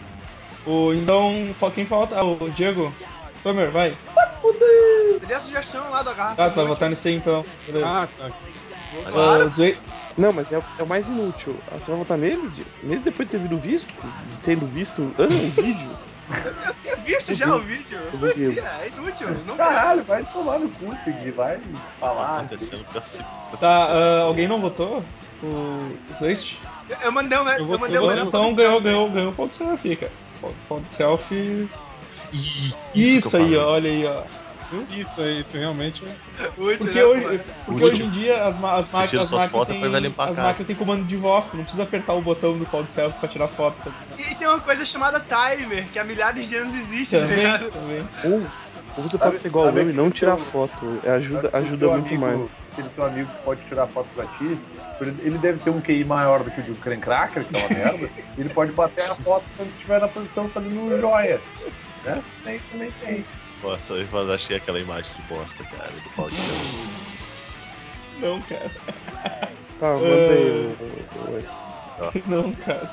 [SPEAKER 1] O, então, fa- quem falta? Ah, o Diego. Tomer, vai.
[SPEAKER 5] Dê a sugestão lá da garrafa.
[SPEAKER 1] Ah, tu vai votar nesse aí então. Beleza.
[SPEAKER 8] Ah, tá.
[SPEAKER 1] Ah, o Zui-
[SPEAKER 2] Não, mas é, o- é o mais inútil. Ah, você vai votar nele? Di- Mesmo depois de ter vindo visto? Tendo visto ah, o vídeo?
[SPEAKER 5] Tinha visto já o vídeo?
[SPEAKER 2] Eu
[SPEAKER 5] Não
[SPEAKER 2] vi.
[SPEAKER 5] precisa, é inútil. Não
[SPEAKER 7] Caralho, vai tomar no cu, Segui, vai
[SPEAKER 6] Tá
[SPEAKER 7] falar.
[SPEAKER 6] acontecendo pra se. pra
[SPEAKER 1] Tá,
[SPEAKER 6] se-
[SPEAKER 1] ah, alguém não votou? O Zeist?
[SPEAKER 5] Eu- Eu mandei um. Eu,
[SPEAKER 8] vou-
[SPEAKER 5] mandei
[SPEAKER 8] eu
[SPEAKER 5] um.
[SPEAKER 8] vou-
[SPEAKER 5] melhor
[SPEAKER 7] né?
[SPEAKER 1] Então ganhou, ganhou, ganhou o ponto selfie, cara. Ponto selfie.
[SPEAKER 6] Ih,
[SPEAKER 1] Isso
[SPEAKER 6] que eu
[SPEAKER 1] aí,
[SPEAKER 6] falei.
[SPEAKER 1] ó, olha aí, ó.
[SPEAKER 8] Isso aí, isso realmente.
[SPEAKER 5] útil,
[SPEAKER 1] Porque
[SPEAKER 5] né,
[SPEAKER 1] hoje,
[SPEAKER 5] mano?
[SPEAKER 1] porque hoje em dia as, ma- as, ma-
[SPEAKER 6] Você tira
[SPEAKER 1] as
[SPEAKER 6] suas
[SPEAKER 1] máquinas
[SPEAKER 6] fotos,
[SPEAKER 1] têm
[SPEAKER 6] depois vai limpar a
[SPEAKER 1] as
[SPEAKER 6] casa.
[SPEAKER 1] máquinas têm comando de voz, tu não precisa apertar o botão do pau de selfie pra tirar foto. tá?
[SPEAKER 5] E tem uma coisa chamada timer, que há milhares de anos existe, tá
[SPEAKER 1] Também,
[SPEAKER 5] ligado?
[SPEAKER 1] também.
[SPEAKER 2] Ou, ou você pode
[SPEAKER 7] Sabe-
[SPEAKER 2] ser igual
[SPEAKER 7] sabe
[SPEAKER 2] eu e não
[SPEAKER 7] aquele
[SPEAKER 2] tirar
[SPEAKER 7] teu-
[SPEAKER 2] foto. É, Ajuda, ajuda
[SPEAKER 7] Sabe aquele teu
[SPEAKER 2] muito
[SPEAKER 7] amigo-
[SPEAKER 2] mais.
[SPEAKER 7] Aquele teu amigo que pode tirar foto pra ti, ele deve ter um QI maior do que o de um cracker, que é uma merda. e ele pode bater a foto quando estiver na posição fazendo um joia. Né? Tem, também tem.
[SPEAKER 6] Nossa, eu achei é aquela imagem de bosta, cara. Do pau de selfie.
[SPEAKER 1] Não, cara.
[SPEAKER 2] Tá, eu mandei o-
[SPEAKER 7] eh,
[SPEAKER 2] o- o- esse.
[SPEAKER 1] Não, cara.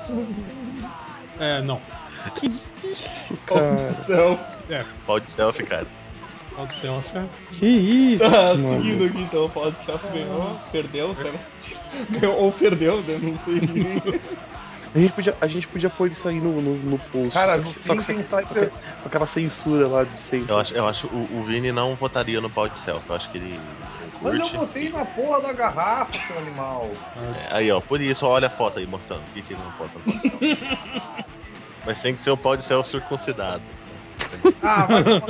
[SPEAKER 8] É, não.
[SPEAKER 1] Pau
[SPEAKER 2] Cara.
[SPEAKER 1] de selfie.
[SPEAKER 6] Pau de selfie, cara.
[SPEAKER 8] Pode ser uma fé.
[SPEAKER 2] Que isso?
[SPEAKER 1] Tá,
[SPEAKER 7] Ah,
[SPEAKER 2] mano?
[SPEAKER 1] seguindo aqui então, o pau de selfie ganhou. Perdeu, será? Ganhou, ou perdeu, né? Não sei.
[SPEAKER 2] A gente, podia, a gente podia pôr isso aí no, no, no post.
[SPEAKER 7] Cara,
[SPEAKER 2] só que, só que você-
[SPEAKER 7] pensar
[SPEAKER 2] com aquela- com aquela censura lá de sempre.
[SPEAKER 6] Eu acho, eu acho o, o Vini não votaria no pau de selfie. Eu acho que ele. ele
[SPEAKER 7] Mas eu
[SPEAKER 6] curte.
[SPEAKER 7] botei na porra da garrafa, seu animal.
[SPEAKER 6] É, Aí, ó, por isso, ó, olha a foto aí mostrando. Por que, que ele não bota no pau de selfie? Mas tem que ser o pau de selfie circuncidado.
[SPEAKER 7] Ah, vai tomar no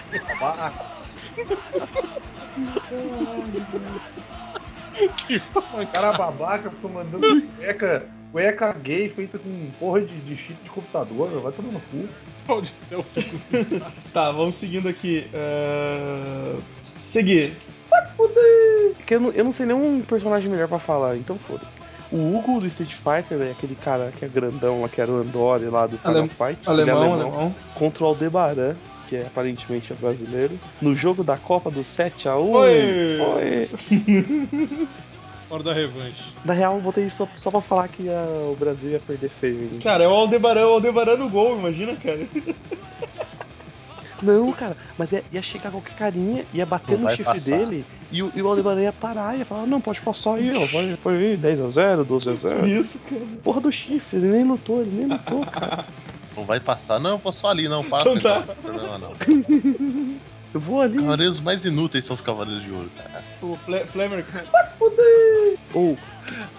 [SPEAKER 7] cu, seu babaca. Cara babaca ficou mandando cueca, cueca gay feita com porra de, de chip de computador, meu. vai tomar no cu.
[SPEAKER 8] Pode ser uma fé.
[SPEAKER 1] Tá, vamos seguindo aqui. Ah, Seguir.
[SPEAKER 2] Porque eu não, eu não sei nenhum personagem melhor pra falar, então foda-se. O Hugo do Street Fighter, né, aquele cara que é grandão lá, que era o Andori lá do Final
[SPEAKER 1] Alem-
[SPEAKER 2] Fight. ele é
[SPEAKER 1] Alemão, alemão.
[SPEAKER 2] Contra o Aldebaran, que é, aparentemente é brasileiro. No jogo da Copa do 7x1.
[SPEAKER 1] Oi!
[SPEAKER 8] Hora da revanche.
[SPEAKER 2] Na real, eu botei só, só pra falar que ah, o Brasil ia perder feio. hein?
[SPEAKER 1] Cara, é o Aldebaran, o Aldebaran no gol, imagina, cara.
[SPEAKER 2] Não, cara, mas ia, ia chegar qualquer carinha, ia bater
[SPEAKER 7] Não
[SPEAKER 2] no
[SPEAKER 7] vai
[SPEAKER 2] chifre
[SPEAKER 7] passar.
[SPEAKER 2] dele e o, e o Aldebaran ia parar, ia falar: não, pode passar aí, ó, pode, pode ir 10x0, 12x0.
[SPEAKER 1] Por isso, cara.
[SPEAKER 2] Porra do chifre, ele nem lutou, ele nem lutou, cara.
[SPEAKER 6] Não vai passar, não, eu vou só ali, não passa.
[SPEAKER 1] Então tá.
[SPEAKER 6] Não, tem problema, não.
[SPEAKER 2] Eu vou ali.
[SPEAKER 6] Cavaleiros mais inúteis são os cavaleiros de ouro, cara.
[SPEAKER 1] O Fle Flemmer,
[SPEAKER 2] Ou,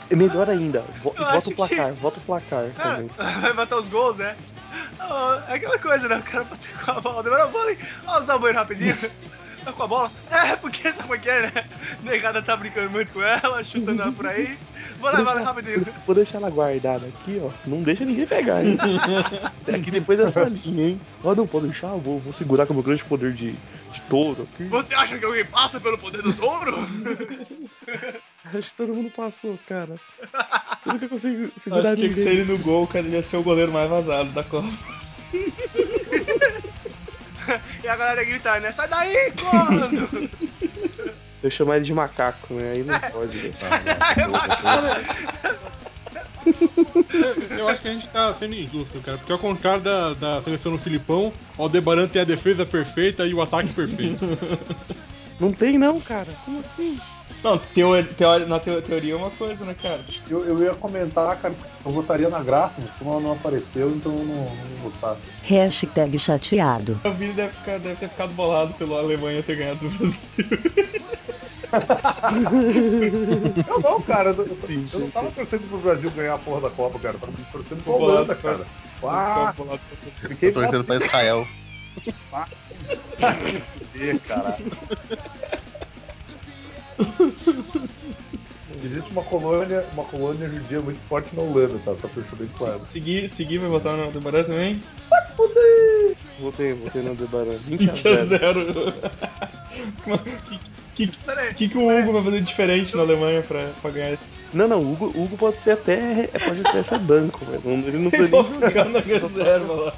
[SPEAKER 2] é melhor ainda, vo-
[SPEAKER 5] Eu
[SPEAKER 2] bota
[SPEAKER 5] acho
[SPEAKER 2] o placar, bota o placar
[SPEAKER 5] Cara,
[SPEAKER 2] também.
[SPEAKER 5] vai matar os gols, né? Ah, é aquela coisa, né? O cara passa com a bola, demora um a bola e. Ó, usar o banheiro rapidinho. Tá com a bola. É, porque sabe o que é, né? Negada tá brincando muito com ela, chutando ela por aí. Vou levar ela rapidinho.
[SPEAKER 2] Vou deixar ela guardada aqui, ó. Não deixa ninguém pegar, hein? É aqui depois dessa linha, hein? Ó, não pode deixar, eu vou, vou segurar com o meu grande poder de, de touro aqui.
[SPEAKER 5] Você acha que alguém passa pelo poder do touro?
[SPEAKER 2] Acho que todo mundo passou, cara. Você nunca conseguiu
[SPEAKER 1] acho
[SPEAKER 2] segurar
[SPEAKER 1] que tinha que
[SPEAKER 2] ninguém.
[SPEAKER 1] ser ele no gol, cara, ele ia ser o goleiro mais vazado da Copa.
[SPEAKER 5] E a galera gritar, né? Sai daí, corno!
[SPEAKER 2] Eu chamar ele de macaco, né? Aí não pode. né?
[SPEAKER 8] Eu- Eu acho que a gente tá sendo injusto, cara. Porque ao contrário da, da seleção do Filipão, o Aldebaran tem a defesa perfeita e o ataque perfeito.
[SPEAKER 2] Não tem, não, cara. Como assim?
[SPEAKER 1] Não, teo teori- na teo- teoria é uma coisa, né, cara?
[SPEAKER 7] Eu, eu ia comentar, cara, eu votaria na graça, mas como ela não apareceu, então eu não, não vou votar.
[SPEAKER 3] Hashtag chateado.
[SPEAKER 1] O Vini deve, ficar- deve ter ficado bolado pelo Alemanha ter ganhado do Brasil.
[SPEAKER 7] Eu não, cara, eu, eu,
[SPEAKER 2] Sim,
[SPEAKER 7] eu não
[SPEAKER 2] sim,
[SPEAKER 7] tava
[SPEAKER 2] sim.
[SPEAKER 7] torcendo pro Brasil ganhar a porra da Copa, cara. Eu tava torcendo pra
[SPEAKER 1] Ficou bolado,
[SPEAKER 7] Holanda, cara. Ah,
[SPEAKER 1] Ficou bolado com essa-
[SPEAKER 7] fiquei pra
[SPEAKER 6] Torcendo pra Israel.
[SPEAKER 7] ver, cara. Existe uma colônia, uma colônia judia muito forte na Holanda, tá? Só pra eu deixar bem claro.
[SPEAKER 1] Segui, segui, vai votar no Aldebaran também?
[SPEAKER 2] Voltei, voltei no Aldebaran. 20 a
[SPEAKER 1] 20 a
[SPEAKER 2] 0.
[SPEAKER 1] 0. que, que,
[SPEAKER 5] Pera aí.
[SPEAKER 1] que que o Hugo vai fazer de diferente na Alemanha pra, pra ganhar esse?
[SPEAKER 2] Não, não, o Hugo, o Hugo pode ser até. Pode ser até banco, velho. Não- Ele não
[SPEAKER 1] Ele
[SPEAKER 2] precisa
[SPEAKER 1] vai
[SPEAKER 2] nem jogar.
[SPEAKER 1] ficar na reserva lá.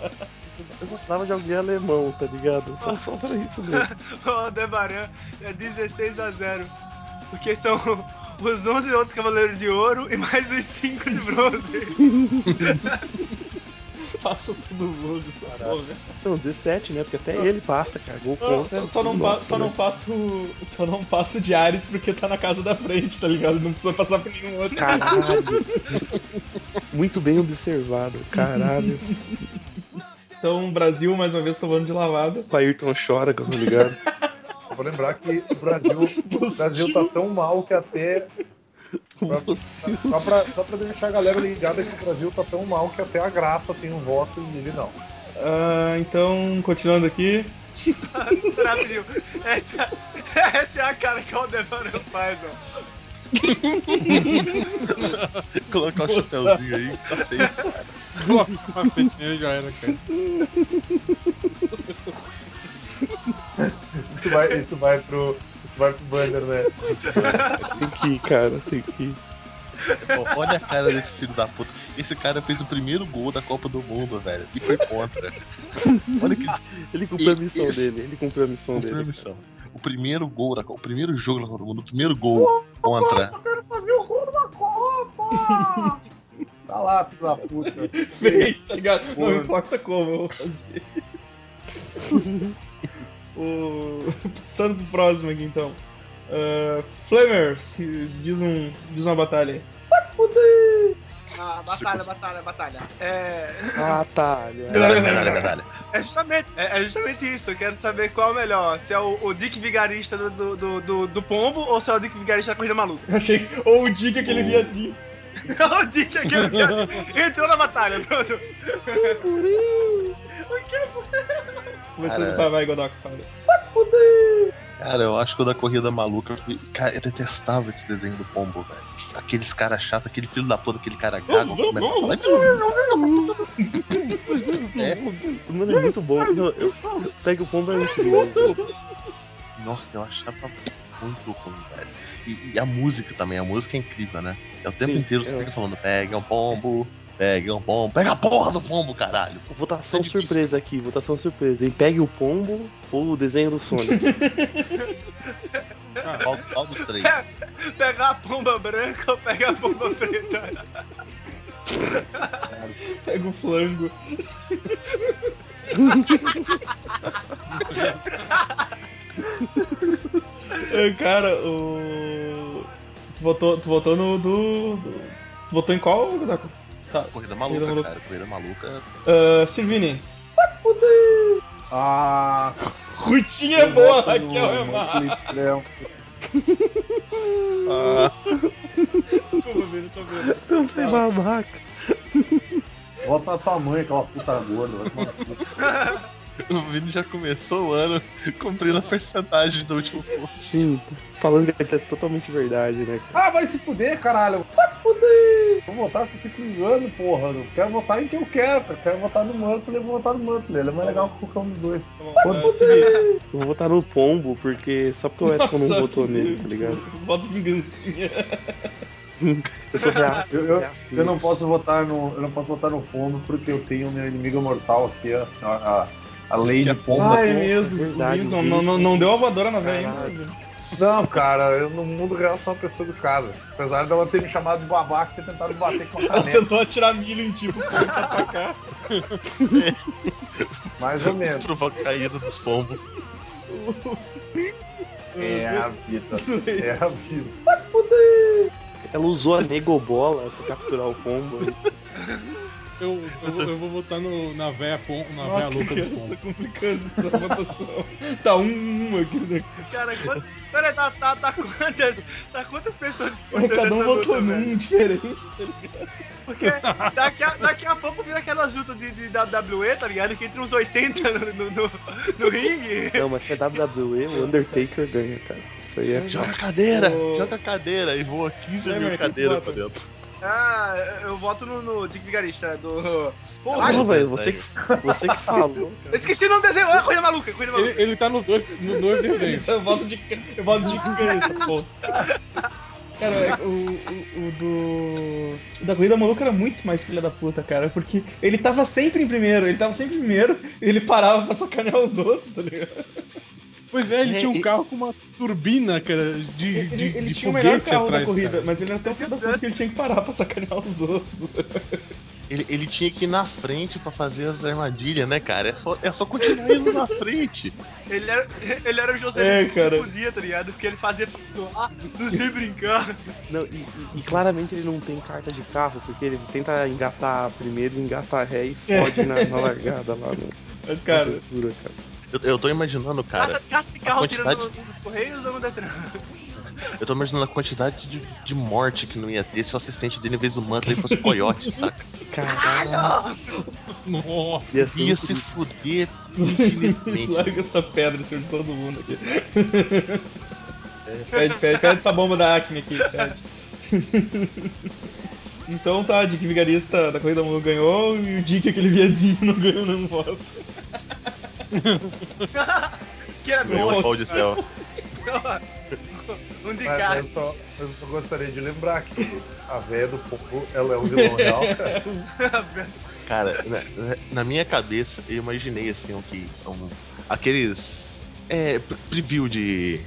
[SPEAKER 2] Eu só precisava de alguém alemão, tá ligado? Só, só pra isso mesmo.
[SPEAKER 5] O Aldebaran é 16 a 0. Porque são os 11 outros Cavaleiros de Ouro e mais os 5 de bronze.
[SPEAKER 1] Passa todo mundo. Pô, velho.
[SPEAKER 2] Não, 17, né? Porque até ele passa, cara. Gol
[SPEAKER 1] Não,
[SPEAKER 2] contra.
[SPEAKER 1] só, Ah. só não pa,
[SPEAKER 2] passa,
[SPEAKER 1] só
[SPEAKER 7] né?
[SPEAKER 1] não passo só não passo de Ares porque tá na casa da frente, tá ligado? Não precisa passar por nenhum outro.
[SPEAKER 2] Caralho. Muito bem observado, caralho.
[SPEAKER 1] Então, o Brasil mais uma vez tomando de lavada.
[SPEAKER 2] O Ayrton chora, que eu tô ligado.
[SPEAKER 7] Eu Vou lembrar que o Brasil, o Brasil tá tão mal que até. Só pra, só pra deixar a galera ligada que o Brasil tá tão mal que até a graça tem um voto e ele não.
[SPEAKER 1] Ah, então, continuando aqui,
[SPEAKER 5] Brasil. Essa, essa é a cara que o Aldebaran faz, ó.
[SPEAKER 6] Colocar o um chapéuzinho aí. tá feito.
[SPEAKER 8] Coloca uma fechinha e Ah, já era, cara.
[SPEAKER 7] Isso vai, isso vai pro. Isso vai pro banner, né?
[SPEAKER 2] Tem que ir, cara, tem que ir.
[SPEAKER 6] Ó, Olha a cara desse filho da puta. Esse cara fez o primeiro gol da Copa do Mundo, velho. E foi contra. Olha que
[SPEAKER 2] Ele cumpriu a
[SPEAKER 6] E-
[SPEAKER 2] missão
[SPEAKER 6] isso.
[SPEAKER 2] dele, ele cumpriu a missão
[SPEAKER 6] Cumpriu a
[SPEAKER 2] dele.
[SPEAKER 6] missão. O primeiro gol da Copa- o primeiro jogo da Copa do Mundo, o primeiro gol contra.
[SPEAKER 7] quero fazer o gol da Copa! Tá lá, filho da puta.
[SPEAKER 1] fez, tá ligado? Não
[SPEAKER 7] Porra.
[SPEAKER 1] importa como, eu vou fazer. o... Passando pro próximo aqui, então. Ah, Flamer, se diz, um, diz uma batalha aí.
[SPEAKER 5] Ah, batalha, batalha, batalha. É,
[SPEAKER 2] Ah, tá. aliás.
[SPEAKER 6] Medalha, medalha, medalha.
[SPEAKER 5] é justamente, é, é justamente isso. Eu quero saber qual é o melhor. Se é o, o Dick Vigarista do, do, do, do- do Pombo ou se é o Dick Vigarista da Corrida Maluca.
[SPEAKER 1] Eu achei que... Ou o Dica que ele via de...
[SPEAKER 5] É o Dick aqui entrou na batalha, pronto.
[SPEAKER 1] Começando
[SPEAKER 6] Cara.
[SPEAKER 1] pra vai, Godok, fala.
[SPEAKER 6] Cara, eu acho que o da corrida maluca. Cara, eu detestava esse desenho do pombo, velho. Aqueles cara chato, aquele filho da puta, aquele cara gago. que começa a falar,
[SPEAKER 2] Mano, é muito bom. Não, eu, eu pego o pombo é muito bom.
[SPEAKER 6] Nossa, eu achava muito ruim, velho. E, e a música também, a música é incrível, né? É o tempo
[SPEAKER 2] Sim,
[SPEAKER 6] inteiro você
[SPEAKER 2] eu-
[SPEAKER 6] fica falando, pega um pombo, pega um pombo, pega a porra do pombo, caralho.
[SPEAKER 2] Votação
[SPEAKER 6] É difícil.
[SPEAKER 2] surpresa aqui, votação surpresa. Hein? Pegue o pombo ou o desenho do Sonic.
[SPEAKER 6] Qual, qual dos três?
[SPEAKER 5] Pegar a pomba branca ou pegar a pomba preta?
[SPEAKER 1] Pega o flango. É, Cara, o. Tu votou, tu votou no. Do, do- Tu votou em qual, Godaco? Tá.
[SPEAKER 6] Corrida maluca,
[SPEAKER 1] Corrida maluca.
[SPEAKER 6] cara. Corrida maluca.
[SPEAKER 1] Ah, Silvini.
[SPEAKER 7] Ah,
[SPEAKER 1] Rutinha é boa, Raquel é má.
[SPEAKER 6] Ah,
[SPEAKER 1] Desculpa, Vini, tô vendo.
[SPEAKER 2] Não sei babaca.
[SPEAKER 7] Volta na tua mãe, aquela puta gorda. vai tomar no cu.
[SPEAKER 6] O Vini já começou o ano cumprindo a percentagem do último post.
[SPEAKER 2] Sim, falando que é totalmente verdade, né?
[SPEAKER 7] Ah, vai se fuder, caralho. Vai se fuder. Vou votar esse ciclo de ano, porra. Não quero votar em quem eu quero, cara. Quero votar no Mantle, eu vou votar no Mantle. Ele é mais legal que qualquer um dos dois.
[SPEAKER 1] Tá bom, ah, Silvini.
[SPEAKER 2] Eu vou votar no pombo, porque só porque o Edson
[SPEAKER 1] Nossa,
[SPEAKER 2] não votou nele, tá ligado?
[SPEAKER 1] Bota vingancinha.
[SPEAKER 2] Eu sou reaço, eu,
[SPEAKER 7] Eu-
[SPEAKER 2] sou reacinho.
[SPEAKER 7] Eu não posso votar no. Eu não posso votar no pombo porque eu tenho meu inimigo mortal aqui, a senhora. A, a Lady Pombo.
[SPEAKER 1] Ah, é
[SPEAKER 2] nossa,
[SPEAKER 1] mesmo.
[SPEAKER 2] verdade,
[SPEAKER 1] Vini, não,
[SPEAKER 2] Vini.
[SPEAKER 1] não, não, não deu a voadora na velha
[SPEAKER 2] Caralho.
[SPEAKER 1] ainda.
[SPEAKER 7] Não, cara, eu no mundo real sou uma pessoa do cara. Apesar dela ter me chamado de babaca e ter tentado bater com a
[SPEAKER 1] Ela
[SPEAKER 7] caneta.
[SPEAKER 1] tentou atirar milho em tipo.
[SPEAKER 7] Mais ou menos.
[SPEAKER 6] Provoca a caída dos pombos.
[SPEAKER 7] É a vida. É a vida.
[SPEAKER 2] Ela usou a negobola pra capturar o pombo. é isso.
[SPEAKER 8] Eu, eu, vou- eu vou votar no, na véia, pom, na véia
[SPEAKER 1] Nossa,
[SPEAKER 8] louca
[SPEAKER 1] cara,
[SPEAKER 8] do pombo.
[SPEAKER 1] tá complicando essa votação. Tá um, um aqui, né?
[SPEAKER 5] Cara, quantas. Peraí, tá, tá, tá quantas. Tá quantas pessoas
[SPEAKER 1] Mas
[SPEAKER 5] disputando
[SPEAKER 1] cada um
[SPEAKER 5] essa
[SPEAKER 1] votou
[SPEAKER 5] luta, velho?
[SPEAKER 1] num diferente.
[SPEAKER 5] Porque daqui a, daqui a pouco vira aquela luta de, de WWE, tá ligado? Que entre uns 80 no, no, no, no ringue.
[SPEAKER 2] Não, mas se é WWE, o Undertaker ganha, cara. Isso aí é.
[SPEAKER 6] Joga a cadeira,
[SPEAKER 1] Ô.
[SPEAKER 6] joga a cadeira e voa 15
[SPEAKER 1] É,
[SPEAKER 6] mil
[SPEAKER 1] mas que
[SPEAKER 6] cadeiras
[SPEAKER 1] foda.
[SPEAKER 6] pra dentro.
[SPEAKER 5] Ah, eu voto no, no Dick Vigarista do,
[SPEAKER 2] Porra,
[SPEAKER 5] Porra.
[SPEAKER 6] Ai,
[SPEAKER 2] velho,
[SPEAKER 6] Deus,
[SPEAKER 2] você,
[SPEAKER 6] velho.
[SPEAKER 2] você que falou.
[SPEAKER 5] Eu esqueci o nome do desenho. Olha a coisa maluca, coisa maluca.
[SPEAKER 8] Ele, ele tá nos dois, nos dois desenhos.
[SPEAKER 1] Eu boto de, eu boto de cabeça, pô. Cara, é, o, o, o do. O da corrida maluca era muito mais filha da puta, cara, porque ele tava sempre em primeiro, ele tava sempre em primeiro e ele parava pra sacanear os outros, tá ligado?
[SPEAKER 8] Pois é, ele
[SPEAKER 6] É,
[SPEAKER 8] tinha um
[SPEAKER 6] e-
[SPEAKER 8] carro com uma turbina, cara, de.
[SPEAKER 1] Ele,
[SPEAKER 8] de-
[SPEAKER 1] ele
[SPEAKER 8] de
[SPEAKER 1] tinha o melhor
[SPEAKER 8] foguete
[SPEAKER 1] carro da
[SPEAKER 8] atrás,
[SPEAKER 1] corrida,
[SPEAKER 8] cara.
[SPEAKER 1] mas ele era tão filho da puta que ele tinha que parar pra sacanear os outros.
[SPEAKER 6] Ele, ele tinha que ir na frente pra fazer as armadilhas, né, cara? É só, é só continuar indo na frente.
[SPEAKER 5] Ele era, ele era o José
[SPEAKER 1] É,
[SPEAKER 5] Lins
[SPEAKER 1] cara.
[SPEAKER 5] que podia, tá ligado? Porque ele fazia tudo lá, não sei brincar.
[SPEAKER 2] Não, e, e- e claramente ele não tem carta de carro, porque ele tenta engatar primeiro, engata ré e fode na, na largada lá no-
[SPEAKER 1] Mas,
[SPEAKER 2] na
[SPEAKER 1] cara,
[SPEAKER 2] abertura, cara.
[SPEAKER 6] Eu, eu tô imaginando, cara.
[SPEAKER 5] Gasta, gasta de carro
[SPEAKER 6] quantidade-
[SPEAKER 5] tirando um dos correios ou no Detran?
[SPEAKER 6] Eu tô imaginando a quantidade de, de morte que não ia ter se o assistente dele, em vez do Mantley, fosse o Coyote, saca?
[SPEAKER 2] Caralho!
[SPEAKER 8] Nossa,
[SPEAKER 2] E assim,
[SPEAKER 6] Ia se fuder infinitamente.
[SPEAKER 1] larga essa pedra em cima de todo mundo aqui. Pede, pede, pede essa bomba da Acme aqui, pede. Então tá, Dick Vigarista da Corrida Mundo ganhou e o Dick, aquele viadinho, não ganhou nenhum voto.
[SPEAKER 5] Que era
[SPEAKER 6] Meu
[SPEAKER 5] bom.
[SPEAKER 6] pau de céu.
[SPEAKER 5] Um de
[SPEAKER 7] Mas eu
[SPEAKER 5] carro.
[SPEAKER 7] só, eu só gostaria de lembrar que a véia do Popo, ela é o vilão real, cara.
[SPEAKER 6] Cara, na, na- na minha cabeça, eu imaginei assim, um, que- um- aqueles é, pre- preview de,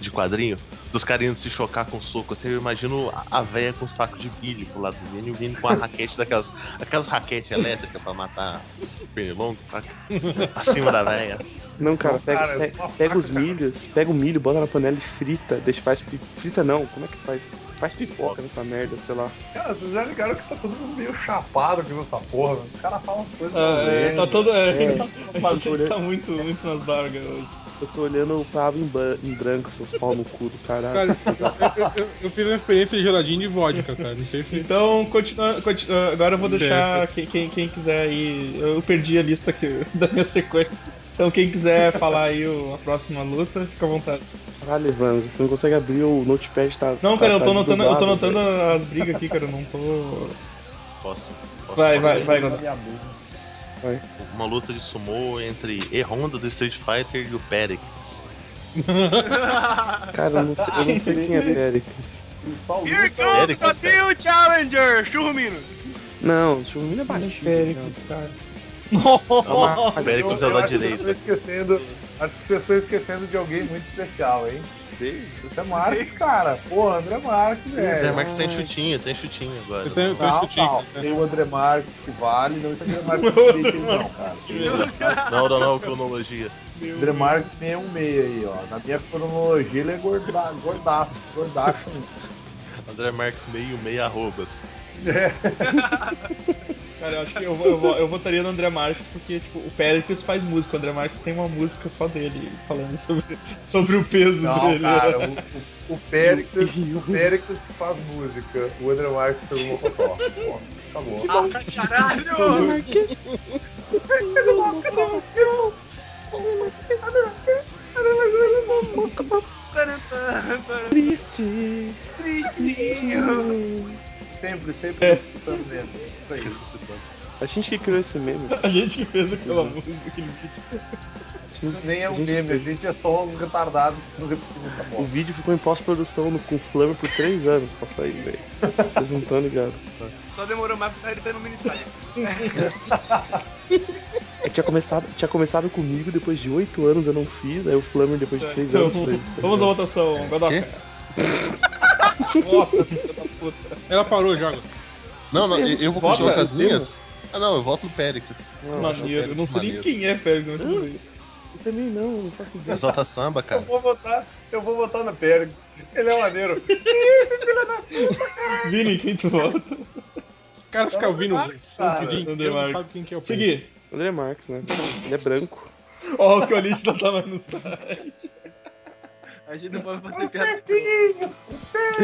[SPEAKER 6] de quadrinho, dos carinhos se chocar com soco, assim, eu imagino a- a véia com o saco de milho pro lado do Vini, e o Vini com a raquete daquelas aquelas raquetes elétricas pra matar pernilongo, saca? Acima da véia.
[SPEAKER 2] Não, cara, pega,
[SPEAKER 7] Cara,
[SPEAKER 2] pe-
[SPEAKER 7] uma
[SPEAKER 2] pega os
[SPEAKER 7] faca, cara.
[SPEAKER 2] milhos, pega o milho, bota na panela e frita, deixa faz pi- frita não, como é que faz? Faz pipoca nessa merda, sei lá.
[SPEAKER 7] Cara, vocês já ligaram que tá todo mundo meio chapado com essa porra, mas os caras falam as coisas.
[SPEAKER 1] Ah, é, tá todo.
[SPEAKER 2] É,
[SPEAKER 1] É, a gente
[SPEAKER 2] bagulho.
[SPEAKER 1] tá muito, muito nas dargas hoje.
[SPEAKER 2] Eu tô olhando o Pablo em, ban- em branco, seus pau no cu do caralho.
[SPEAKER 8] cara, eu, eu- eu- eu fiz uma experiência de geladinho de vodka, cara. Não sei se.
[SPEAKER 1] Então, continua, continu- agora eu vou deixar quem, quem, quem quiser aí. Eu perdi a lista aqui da minha sequência. Então, quem quiser falar aí o- a próxima luta, fica à vontade.
[SPEAKER 2] Caralho, Evandro, você não consegue abrir o notepad, tá?
[SPEAKER 1] Não,
[SPEAKER 2] tá-
[SPEAKER 1] cara, eu tô
[SPEAKER 2] tá
[SPEAKER 1] notando, eu tô
[SPEAKER 2] grudado,
[SPEAKER 1] notando
[SPEAKER 2] velho.
[SPEAKER 1] as brigas aqui, cara. Eu não tô.
[SPEAKER 6] Posso, posso
[SPEAKER 1] Vai,
[SPEAKER 6] posso-
[SPEAKER 1] vai, vai, Godot.
[SPEAKER 6] Uma luta de sumô entre E-Honda do Street Fighter e o Pericles.
[SPEAKER 2] Cara, eu não sei, eu não sei quem é Péricles.
[SPEAKER 7] Só
[SPEAKER 5] Here
[SPEAKER 7] luta.
[SPEAKER 5] comes
[SPEAKER 6] Eric,
[SPEAKER 5] a
[SPEAKER 6] cara.
[SPEAKER 5] new challenger, churrumino.
[SPEAKER 2] Não, deixa eu ver, ele é baixinho.
[SPEAKER 1] Péricles, cara.
[SPEAKER 2] Não,
[SPEAKER 6] É O Pericles é o da
[SPEAKER 7] acho que vocês
[SPEAKER 6] direita.
[SPEAKER 7] estão esquecendo, acho que vocês estão esquecendo de alguém muito especial, hein? André Marques, cara. Porra, André Marques,
[SPEAKER 6] É,
[SPEAKER 7] velho.
[SPEAKER 6] mas tem chutinho, tem chutinho agora.
[SPEAKER 8] Você tem-
[SPEAKER 6] Não-
[SPEAKER 7] Tal,
[SPEAKER 8] Chutinho,
[SPEAKER 7] tal.
[SPEAKER 8] né?
[SPEAKER 7] Tem o André Marques que vale, não esse André Marques que vale, que não, cara.
[SPEAKER 6] Não, não, não, cronologia.
[SPEAKER 7] André Marques 616 aí, ó. Na minha cronologia ele é gorda, gordaço, gordaço.
[SPEAKER 6] André Marques meio, meio arrobas.
[SPEAKER 7] É.
[SPEAKER 1] Cara, eu acho que eu, vou- eu, vou- eu votaria no André Marques porque tipo, o Péricles faz música. O André Marques tem uma música só dele falando sobre, sobre o peso
[SPEAKER 7] Não,
[SPEAKER 1] dele.
[SPEAKER 7] cara, o, o, o Péricles, o Péricles que faz música, o André Marques fez o Mocotó. Pô, Acabou.
[SPEAKER 5] Caralho!
[SPEAKER 2] Triste.
[SPEAKER 5] Tristinho.
[SPEAKER 7] Sempre, sempre citando mesmo. Isso aí.
[SPEAKER 2] A gente que criou esse meme.
[SPEAKER 1] A gente que fez aquela música, aquele vídeo.
[SPEAKER 7] Isso nem é um meme, a gente é só uns retardados que não repetimos essa
[SPEAKER 2] O
[SPEAKER 7] bola.
[SPEAKER 2] vídeo ficou em pós-produção no- com o Flamengo por 3 anos pra sair, velho. Vocês não estão ligados.
[SPEAKER 5] Só demorou mais pra sair pelo ministério.
[SPEAKER 2] É, tinha, começado, tinha começado comigo, depois de 8 anos eu não fiz, aí o Flamengo depois de 3
[SPEAKER 1] Então,
[SPEAKER 2] anos fez. tá
[SPEAKER 1] vamos à
[SPEAKER 2] ligado?
[SPEAKER 1] votação, Godoka. Vota, filha da puta.
[SPEAKER 8] Ela parou, joga.
[SPEAKER 6] Não, não, eu eu vou
[SPEAKER 1] Vota.
[SPEAKER 6] continuar com as minhas. Ah, não, eu voto no Péricles.
[SPEAKER 1] Maneiro. Eu não sei nem quem é Péricles, mas tudo bem.
[SPEAKER 2] Eu também não, não faço ideia.
[SPEAKER 6] Exalta samba,
[SPEAKER 7] Eu
[SPEAKER 6] cara.
[SPEAKER 7] vou votar, eu vou votar no Péricles. Ele é maneiro.
[SPEAKER 1] Vini, quem tu vota?
[SPEAKER 8] O cara fica ouvindo.
[SPEAKER 1] é,
[SPEAKER 8] um
[SPEAKER 7] Ah, cara,
[SPEAKER 8] o
[SPEAKER 1] André
[SPEAKER 8] vídeo inteiro, não sabe quem que é o
[SPEAKER 1] Marques. Seguir.
[SPEAKER 2] André Marques, né? Ele é branco.
[SPEAKER 1] Ó, o que o Lich não tá mais no site.
[SPEAKER 5] A gente não pode fazer piada.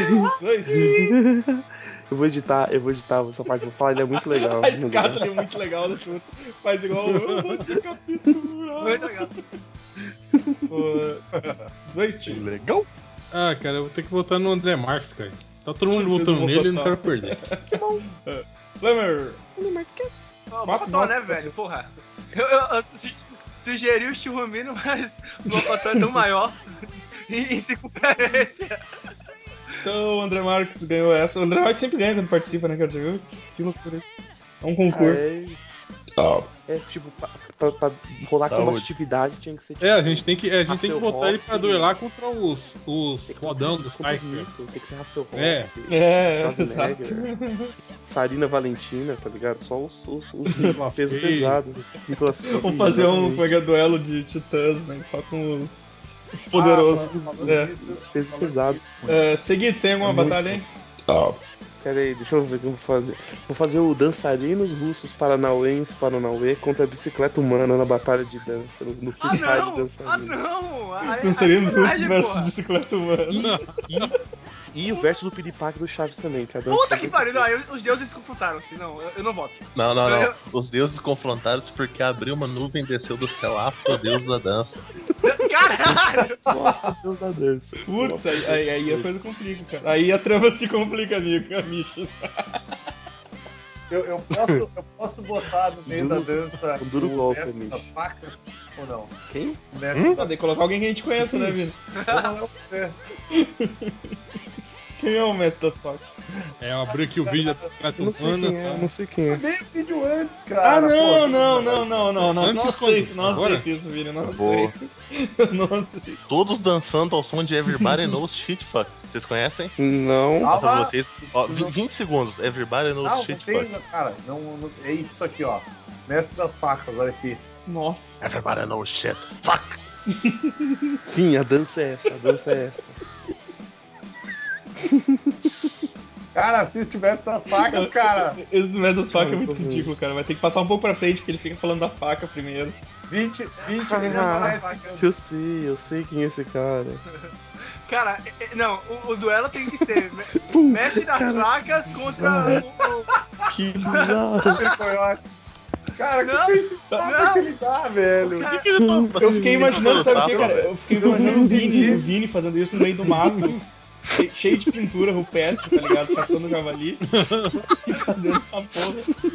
[SPEAKER 1] Dois.
[SPEAKER 2] Eu vou editar, eu vou editar essa parte, vou falar, ele é muito legal.
[SPEAKER 1] Aí
[SPEAKER 2] muito
[SPEAKER 1] tu
[SPEAKER 2] legal.
[SPEAKER 1] cata ele muito legal no chuto. Faz igual eu vou te capturar.
[SPEAKER 5] Muito legal.
[SPEAKER 1] Zwist.
[SPEAKER 6] Legal.
[SPEAKER 8] Ah, cara, eu vou ter que votar no André Marques, cara. Tá todo mundo
[SPEAKER 1] Vocês
[SPEAKER 8] votando
[SPEAKER 1] vão
[SPEAKER 8] nele e não
[SPEAKER 1] votar.
[SPEAKER 8] quero perder.
[SPEAKER 1] Flamer.
[SPEAKER 5] Ó,
[SPEAKER 1] Quatro
[SPEAKER 5] Mocotó,
[SPEAKER 1] votos
[SPEAKER 5] né,
[SPEAKER 1] pra-
[SPEAKER 5] velho? Porra. Eu, eu, eu su- sugeri o Churrumino, mas o Mocotó é tão maior. em, em circunferência.
[SPEAKER 1] Então o André Marques ganhou essa. O André Marques sempre ganha quando participa, né, cara? Já viu? Que loucura isso. É um concurso.
[SPEAKER 2] É, tipo, pra, pra- pra rolar
[SPEAKER 6] Saúde.
[SPEAKER 2] combatividade tinha que ser tipo.
[SPEAKER 8] É, a gente tem que, a gente tem
[SPEAKER 2] Marcel
[SPEAKER 8] que botar ele pra
[SPEAKER 2] Hoff.
[SPEAKER 8] duelar contra os, os
[SPEAKER 2] tem que
[SPEAKER 8] rodão do
[SPEAKER 2] desculpas
[SPEAKER 8] Cypher.
[SPEAKER 2] muito, Tem que ser Hasselhoff.
[SPEAKER 8] É.
[SPEAKER 1] É,
[SPEAKER 2] Ah, Schwarzenegger.
[SPEAKER 1] exato.
[SPEAKER 2] Sarina Valentina, tá ligado? Só os, os, os
[SPEAKER 8] Nicolas
[SPEAKER 2] peso
[SPEAKER 8] Cage.
[SPEAKER 2] pesado. Nicolas Cage,
[SPEAKER 1] Vamos fazer um
[SPEAKER 2] exatamente.
[SPEAKER 1] como é que é, duelo de titãs, né? Só com os,
[SPEAKER 2] Ah,
[SPEAKER 1] os poderosos.
[SPEAKER 2] tá,
[SPEAKER 1] É.
[SPEAKER 2] Os pesos pesados.
[SPEAKER 1] É, seguido, tem alguma
[SPEAKER 2] É muito
[SPEAKER 1] batalha, hein?
[SPEAKER 2] Pera aí, deixa eu ver o que eu vou fazer. Vou fazer o dançarinos russos paranauenses Paranauê contra a bicicleta humana na batalha de dança, no, no
[SPEAKER 5] Ah,
[SPEAKER 2] freestyle
[SPEAKER 5] não! Ah,
[SPEAKER 2] dançarino.
[SPEAKER 5] não! Ah, é-
[SPEAKER 1] Não seria os
[SPEAKER 5] ah, é verdade,
[SPEAKER 1] russos versus
[SPEAKER 5] porra.
[SPEAKER 1] bicicleta humana.
[SPEAKER 8] Não,
[SPEAKER 2] é. E o verso do piripaque do Chaves também, que é a dança.
[SPEAKER 5] Puta que pariu! Não, aí os deuses se confrontaram-se. Não, eu, eu não voto.
[SPEAKER 6] Não, não,
[SPEAKER 1] É.
[SPEAKER 6] não. Os deuses confrontaram-se porque abriu uma nuvem e desceu do céu afro, deus da dança.
[SPEAKER 5] Caralho!
[SPEAKER 2] Deus da dança.
[SPEAKER 1] Putz, aí, aí, aí a coisa complica, cara. Aí a trama se complica, amigo. Amichos.
[SPEAKER 7] Eu, eu posso, eu posso botar no meio
[SPEAKER 2] Duro-
[SPEAKER 7] da dança
[SPEAKER 2] um duro golpe,
[SPEAKER 7] mestre
[SPEAKER 2] amigo.
[SPEAKER 7] das facas? Ou não?
[SPEAKER 2] Quem?
[SPEAKER 7] O mestre
[SPEAKER 1] Ah,
[SPEAKER 7] das
[SPEAKER 1] daí colocar alguém que a gente conheça, né, Vini?
[SPEAKER 7] facas Hum? não é você.
[SPEAKER 1] Quem é o mestre das facas?
[SPEAKER 8] é, eu abri aqui o vídeo da bicicleta
[SPEAKER 2] Eu não sei
[SPEAKER 8] humana.
[SPEAKER 2] quem é, eu
[SPEAKER 8] tá?
[SPEAKER 2] não sei quem é.
[SPEAKER 7] Dei o vídeo antes, cara.
[SPEAKER 1] Ah, não,
[SPEAKER 7] pô.
[SPEAKER 1] não, não, não, não, não.
[SPEAKER 8] Antes
[SPEAKER 1] Não
[SPEAKER 8] quando?
[SPEAKER 1] aceito, não
[SPEAKER 8] Agora?
[SPEAKER 1] aceito isso, Vini. Não
[SPEAKER 6] Boa.
[SPEAKER 1] aceito. Eu não aceito.
[SPEAKER 6] Todos dançando ao som de Everybody Knows Shit Fuck. Vocês conhecem?
[SPEAKER 2] Não.
[SPEAKER 7] Ah,
[SPEAKER 6] Passa pra
[SPEAKER 7] lá.
[SPEAKER 6] vocês. Ó, vi- 20 segundos. Everybody Knows
[SPEAKER 1] Ah,
[SPEAKER 7] Não, não
[SPEAKER 6] Shit
[SPEAKER 7] tem,
[SPEAKER 6] Fuck.
[SPEAKER 7] Ah, cara, não, não- é isso aqui, ó. Mestre das facas, olha aqui.
[SPEAKER 1] Nossa.
[SPEAKER 6] Everybody Knows Shit Fuck.
[SPEAKER 2] Sim, a dança é essa, a dança é essa.
[SPEAKER 7] Cara, assiste o Mestre das facas, cara.
[SPEAKER 1] Esse do mestre das facas é muito
[SPEAKER 2] tô vendo.
[SPEAKER 1] ridículo, cara. Vai ter que passar um pouco pra frente, porque ele fica falando da faca primeiro.
[SPEAKER 7] 20, 20
[SPEAKER 2] Ah,
[SPEAKER 7] minutos.
[SPEAKER 2] eu sei, eu sei quem é esse cara.
[SPEAKER 5] Cara, é- é- não, o, o duelo tem que ser me-
[SPEAKER 2] Pum,
[SPEAKER 5] mestre das facas contra o- o
[SPEAKER 1] Que
[SPEAKER 2] bizarro.
[SPEAKER 7] Ele foi ótimo. Cara,
[SPEAKER 5] Não,
[SPEAKER 7] que
[SPEAKER 5] não.
[SPEAKER 7] pensava que ele dá, velho.
[SPEAKER 6] Por que, que ele tá
[SPEAKER 1] Eu fiquei imaginando, sabe o que, cara?
[SPEAKER 6] velho?
[SPEAKER 1] Eu fiquei imaginando o Vini, o Vini fazendo isso no meio do mato, che- cheio de pintura rupestre, tá ligado? Caçando javali e fazendo essa porra.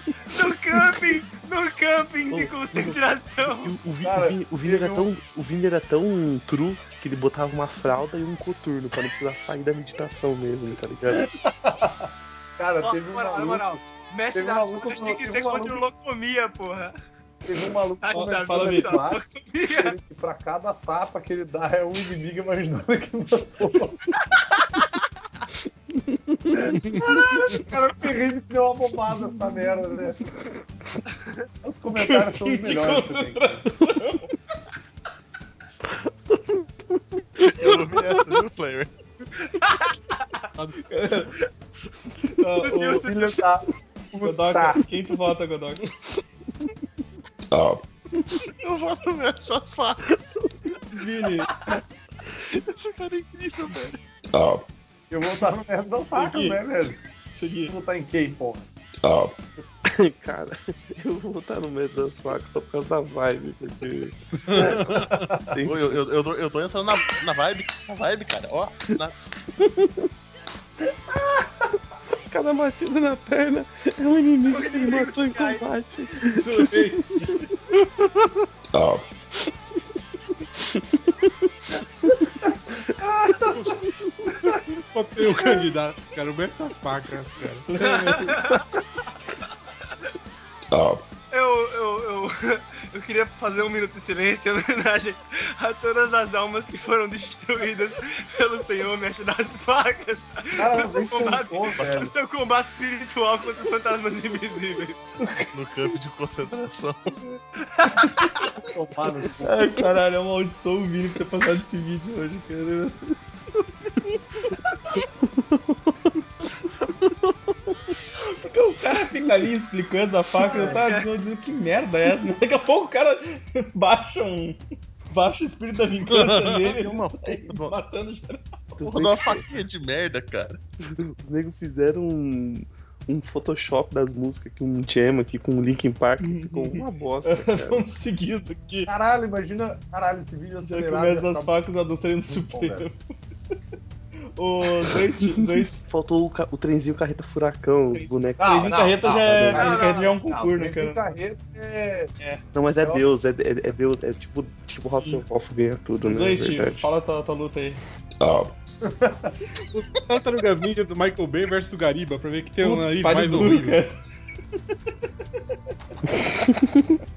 [SPEAKER 5] No camping! No camping de concentração!
[SPEAKER 2] O, o, Vi-
[SPEAKER 7] Cara,
[SPEAKER 2] o Vini- o Vini era
[SPEAKER 7] teve
[SPEAKER 2] tão, o Vini era tão true que ele botava uma fralda e um coturno pra não precisar sair da meditação mesmo, tá ligado?
[SPEAKER 7] Cara,
[SPEAKER 5] Ó,
[SPEAKER 7] teve um
[SPEAKER 5] moral, na
[SPEAKER 7] maluco,
[SPEAKER 5] moral. Mestre
[SPEAKER 7] teve um
[SPEAKER 5] das
[SPEAKER 7] maluco
[SPEAKER 5] facas
[SPEAKER 7] no-
[SPEAKER 5] tem que
[SPEAKER 7] teve
[SPEAKER 5] ser
[SPEAKER 7] um
[SPEAKER 5] contra
[SPEAKER 7] maluco-
[SPEAKER 5] locomia, porra.
[SPEAKER 7] teve um maluco
[SPEAKER 5] Ai,
[SPEAKER 7] que
[SPEAKER 5] sabe,
[SPEAKER 1] fala,
[SPEAKER 5] sabe,
[SPEAKER 1] Vitor.
[SPEAKER 5] sabe, locomia.
[SPEAKER 7] ele- que pra cada tapa que ele dá é um inimigo imaginando que matou. Caralho, cara, eu ferrei de deu uma bobada essa merda, né? Os comentários são os
[SPEAKER 1] De
[SPEAKER 7] melhores. que tem.
[SPEAKER 1] concentração.
[SPEAKER 6] Eu não vi essa, viu, Flamer?
[SPEAKER 1] Ah,
[SPEAKER 7] Filho da
[SPEAKER 1] o
[SPEAKER 7] Tá.
[SPEAKER 1] Godoka, quem tu vota, Godoka?
[SPEAKER 6] Eu voto nessa faca.
[SPEAKER 1] Vini,
[SPEAKER 6] Esse cara é incrível, velho.
[SPEAKER 7] Eu vou estar no merda das facas,
[SPEAKER 1] Segui.
[SPEAKER 7] né, velho? Eu
[SPEAKER 1] seguir.
[SPEAKER 7] vou estar em quem, porra?
[SPEAKER 1] Ah.
[SPEAKER 2] Cara, eu vou botar no meio das facas só por causa da vibe, porque. Tem que
[SPEAKER 6] Eu, eu, eu, tô- eu tô entrando na, na vibe, na vibe, cara. Ó, na,
[SPEAKER 2] ser cada batida na perna é um inimigo que ele matou em
[SPEAKER 5] Cai.
[SPEAKER 2] combate.
[SPEAKER 1] Silêncio.
[SPEAKER 2] é.
[SPEAKER 8] Só tem o candidato, cara, o mestre das facas, cara.
[SPEAKER 5] Eu, eu, eu, eu queria fazer um minuto de silêncio em homenagem a todas as almas que foram destruídas pelo Senhor Mestre das Facas.
[SPEAKER 7] Cara,
[SPEAKER 5] no, seu
[SPEAKER 7] nem
[SPEAKER 5] combate,
[SPEAKER 7] contou, velho.
[SPEAKER 5] no seu combate espiritual com esses fantasmas invisíveis.
[SPEAKER 6] no campo de concentração.
[SPEAKER 7] Tomado.
[SPEAKER 1] Ai, caralho, eu amaldiçoo o Vini por ter passado esse vídeo hoje, cara. Porque o cara fica ali explicando a faca, eu tava dizendo, dizendo que merda é essa, né? Daqui a pouco o cara baixa um. Baixa o espírito da vingança dele, ele
[SPEAKER 6] Uma
[SPEAKER 1] sai
[SPEAKER 6] puta.
[SPEAKER 1] matando geral.
[SPEAKER 2] Os
[SPEAKER 6] Vou dar uma faquinha de merda, cara.
[SPEAKER 2] Os negros fizeram um, um Photoshop das músicas aqui, um jam aqui com o Linkin Park que ficou uma bosta, cara.
[SPEAKER 1] Vamos seguindo aqui.
[SPEAKER 7] Caralho, imagina. Caralho, esse vídeo
[SPEAKER 1] Já que o
[SPEAKER 7] acelerado. tá
[SPEAKER 1] mestre das
[SPEAKER 7] essa-
[SPEAKER 1] facas já dançando
[SPEAKER 7] Muito bom,
[SPEAKER 1] super. Os dois. ti- Os dois
[SPEAKER 2] Faltou o, ca- o trenzinho carreta furacão, os
[SPEAKER 1] Trenzinho-
[SPEAKER 2] bonecos.
[SPEAKER 7] Não,
[SPEAKER 1] três em
[SPEAKER 7] não,
[SPEAKER 1] carreta
[SPEAKER 7] não,
[SPEAKER 1] já é.
[SPEAKER 7] não,
[SPEAKER 1] três em
[SPEAKER 5] não,
[SPEAKER 1] carreta já é um
[SPEAKER 7] Não,
[SPEAKER 1] concurso, né,
[SPEAKER 7] três em
[SPEAKER 1] cara?
[SPEAKER 7] carreta é-
[SPEAKER 2] Não, mas é
[SPEAKER 7] Não.
[SPEAKER 2] Deus, é, é, é Deus, é tipo, tipo Hasselhoff ganha tudo,
[SPEAKER 1] Os
[SPEAKER 2] né? na
[SPEAKER 1] dois, Steve.
[SPEAKER 2] verdade.
[SPEAKER 1] Fala a tua, tua luta aí.
[SPEAKER 8] Tartaruga Ninja tá do Michael Bay versus do Gariba, pra ver que tem um
[SPEAKER 1] Putz,
[SPEAKER 8] aí
[SPEAKER 1] pai
[SPEAKER 8] mais
[SPEAKER 1] do duro,
[SPEAKER 8] horrível.
[SPEAKER 1] cara.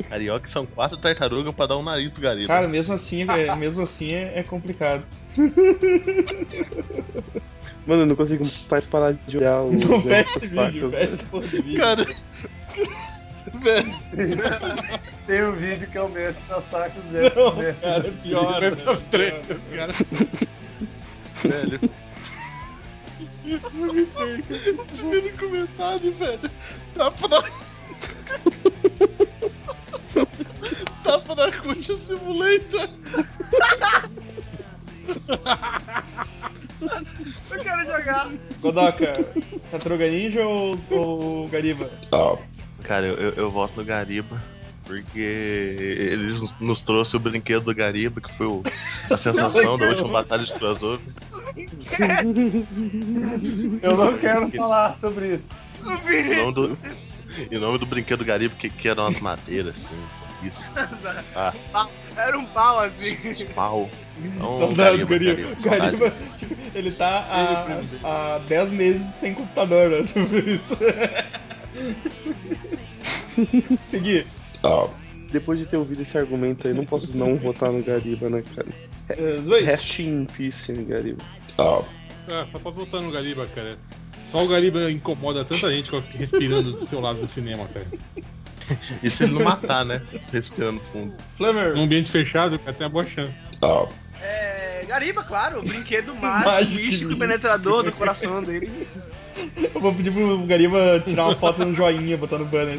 [SPEAKER 6] Carioca são quatro tartarugas pra dar um nariz do gariba.
[SPEAKER 1] Cara, mesmo assim, é- mesmo assim é, é complicado.
[SPEAKER 2] Mano, eu não consigo mais parar de olhar o.
[SPEAKER 1] Não
[SPEAKER 2] né,
[SPEAKER 1] fecha esse
[SPEAKER 2] essas
[SPEAKER 1] vídeo,
[SPEAKER 2] facas,
[SPEAKER 1] fecha a porra do vídeo.
[SPEAKER 6] Cara. Velho,
[SPEAKER 7] Tem um vídeo que é o mestre da saco
[SPEAKER 1] Não,
[SPEAKER 7] né?
[SPEAKER 1] cara, é pior. né?
[SPEAKER 8] Ele vai pras três, cara.
[SPEAKER 6] velho. Primeiro comentário, velho. Tá Tapa na. Tapa na Tá coxa simulator.
[SPEAKER 5] Eu quero jogar.
[SPEAKER 1] Godoka, Tartaruga Ninja ou, ou Gariba?
[SPEAKER 6] Cara, eu, eu, eu voto no Gariba. Porque eles nos- nos trouxe o brinquedo do Gariba, que foi o- a sensação da última batalha de crossover.
[SPEAKER 7] Eu não quero falar sobre isso.
[SPEAKER 5] O
[SPEAKER 6] E o
[SPEAKER 5] Vini.
[SPEAKER 6] nome do, e o nome do brinquedo Gariba, que, é que eram as madeiras, assim. Isso, Ah.
[SPEAKER 5] Era um pau assim.
[SPEAKER 6] os pau. Então,
[SPEAKER 1] Saudades,
[SPEAKER 6] Gariba,
[SPEAKER 1] Gariba.
[SPEAKER 6] Gariba, saudades.
[SPEAKER 1] Gariba, tipo, ele tá há, há 10 meses sem computador, né? Tipo isso. Seguir.
[SPEAKER 2] Depois de ter ouvido esse argumento aí, não posso não votar no Gariba, né, cara?
[SPEAKER 1] Eh, Zwaist.
[SPEAKER 2] Rest in peace, né, Gariba.
[SPEAKER 8] Ah, só pra voltar no Gariba, cara. Só o Gariba incomoda tanta gente com a- respirando do seu lado do cinema, cara.
[SPEAKER 6] E se ele não matar, né? Respirando fundo.
[SPEAKER 1] Flammer.
[SPEAKER 8] Num ambiente fechado, cara, tem uma boa chance.
[SPEAKER 5] É, Gariba, claro. o Brinquedo mágico,
[SPEAKER 1] Mágico,
[SPEAKER 5] místico,
[SPEAKER 1] místico.
[SPEAKER 5] penetrador do coração dele.
[SPEAKER 1] Eu vou pedir pro Gariba tirar uma foto no joinha, botar no banner.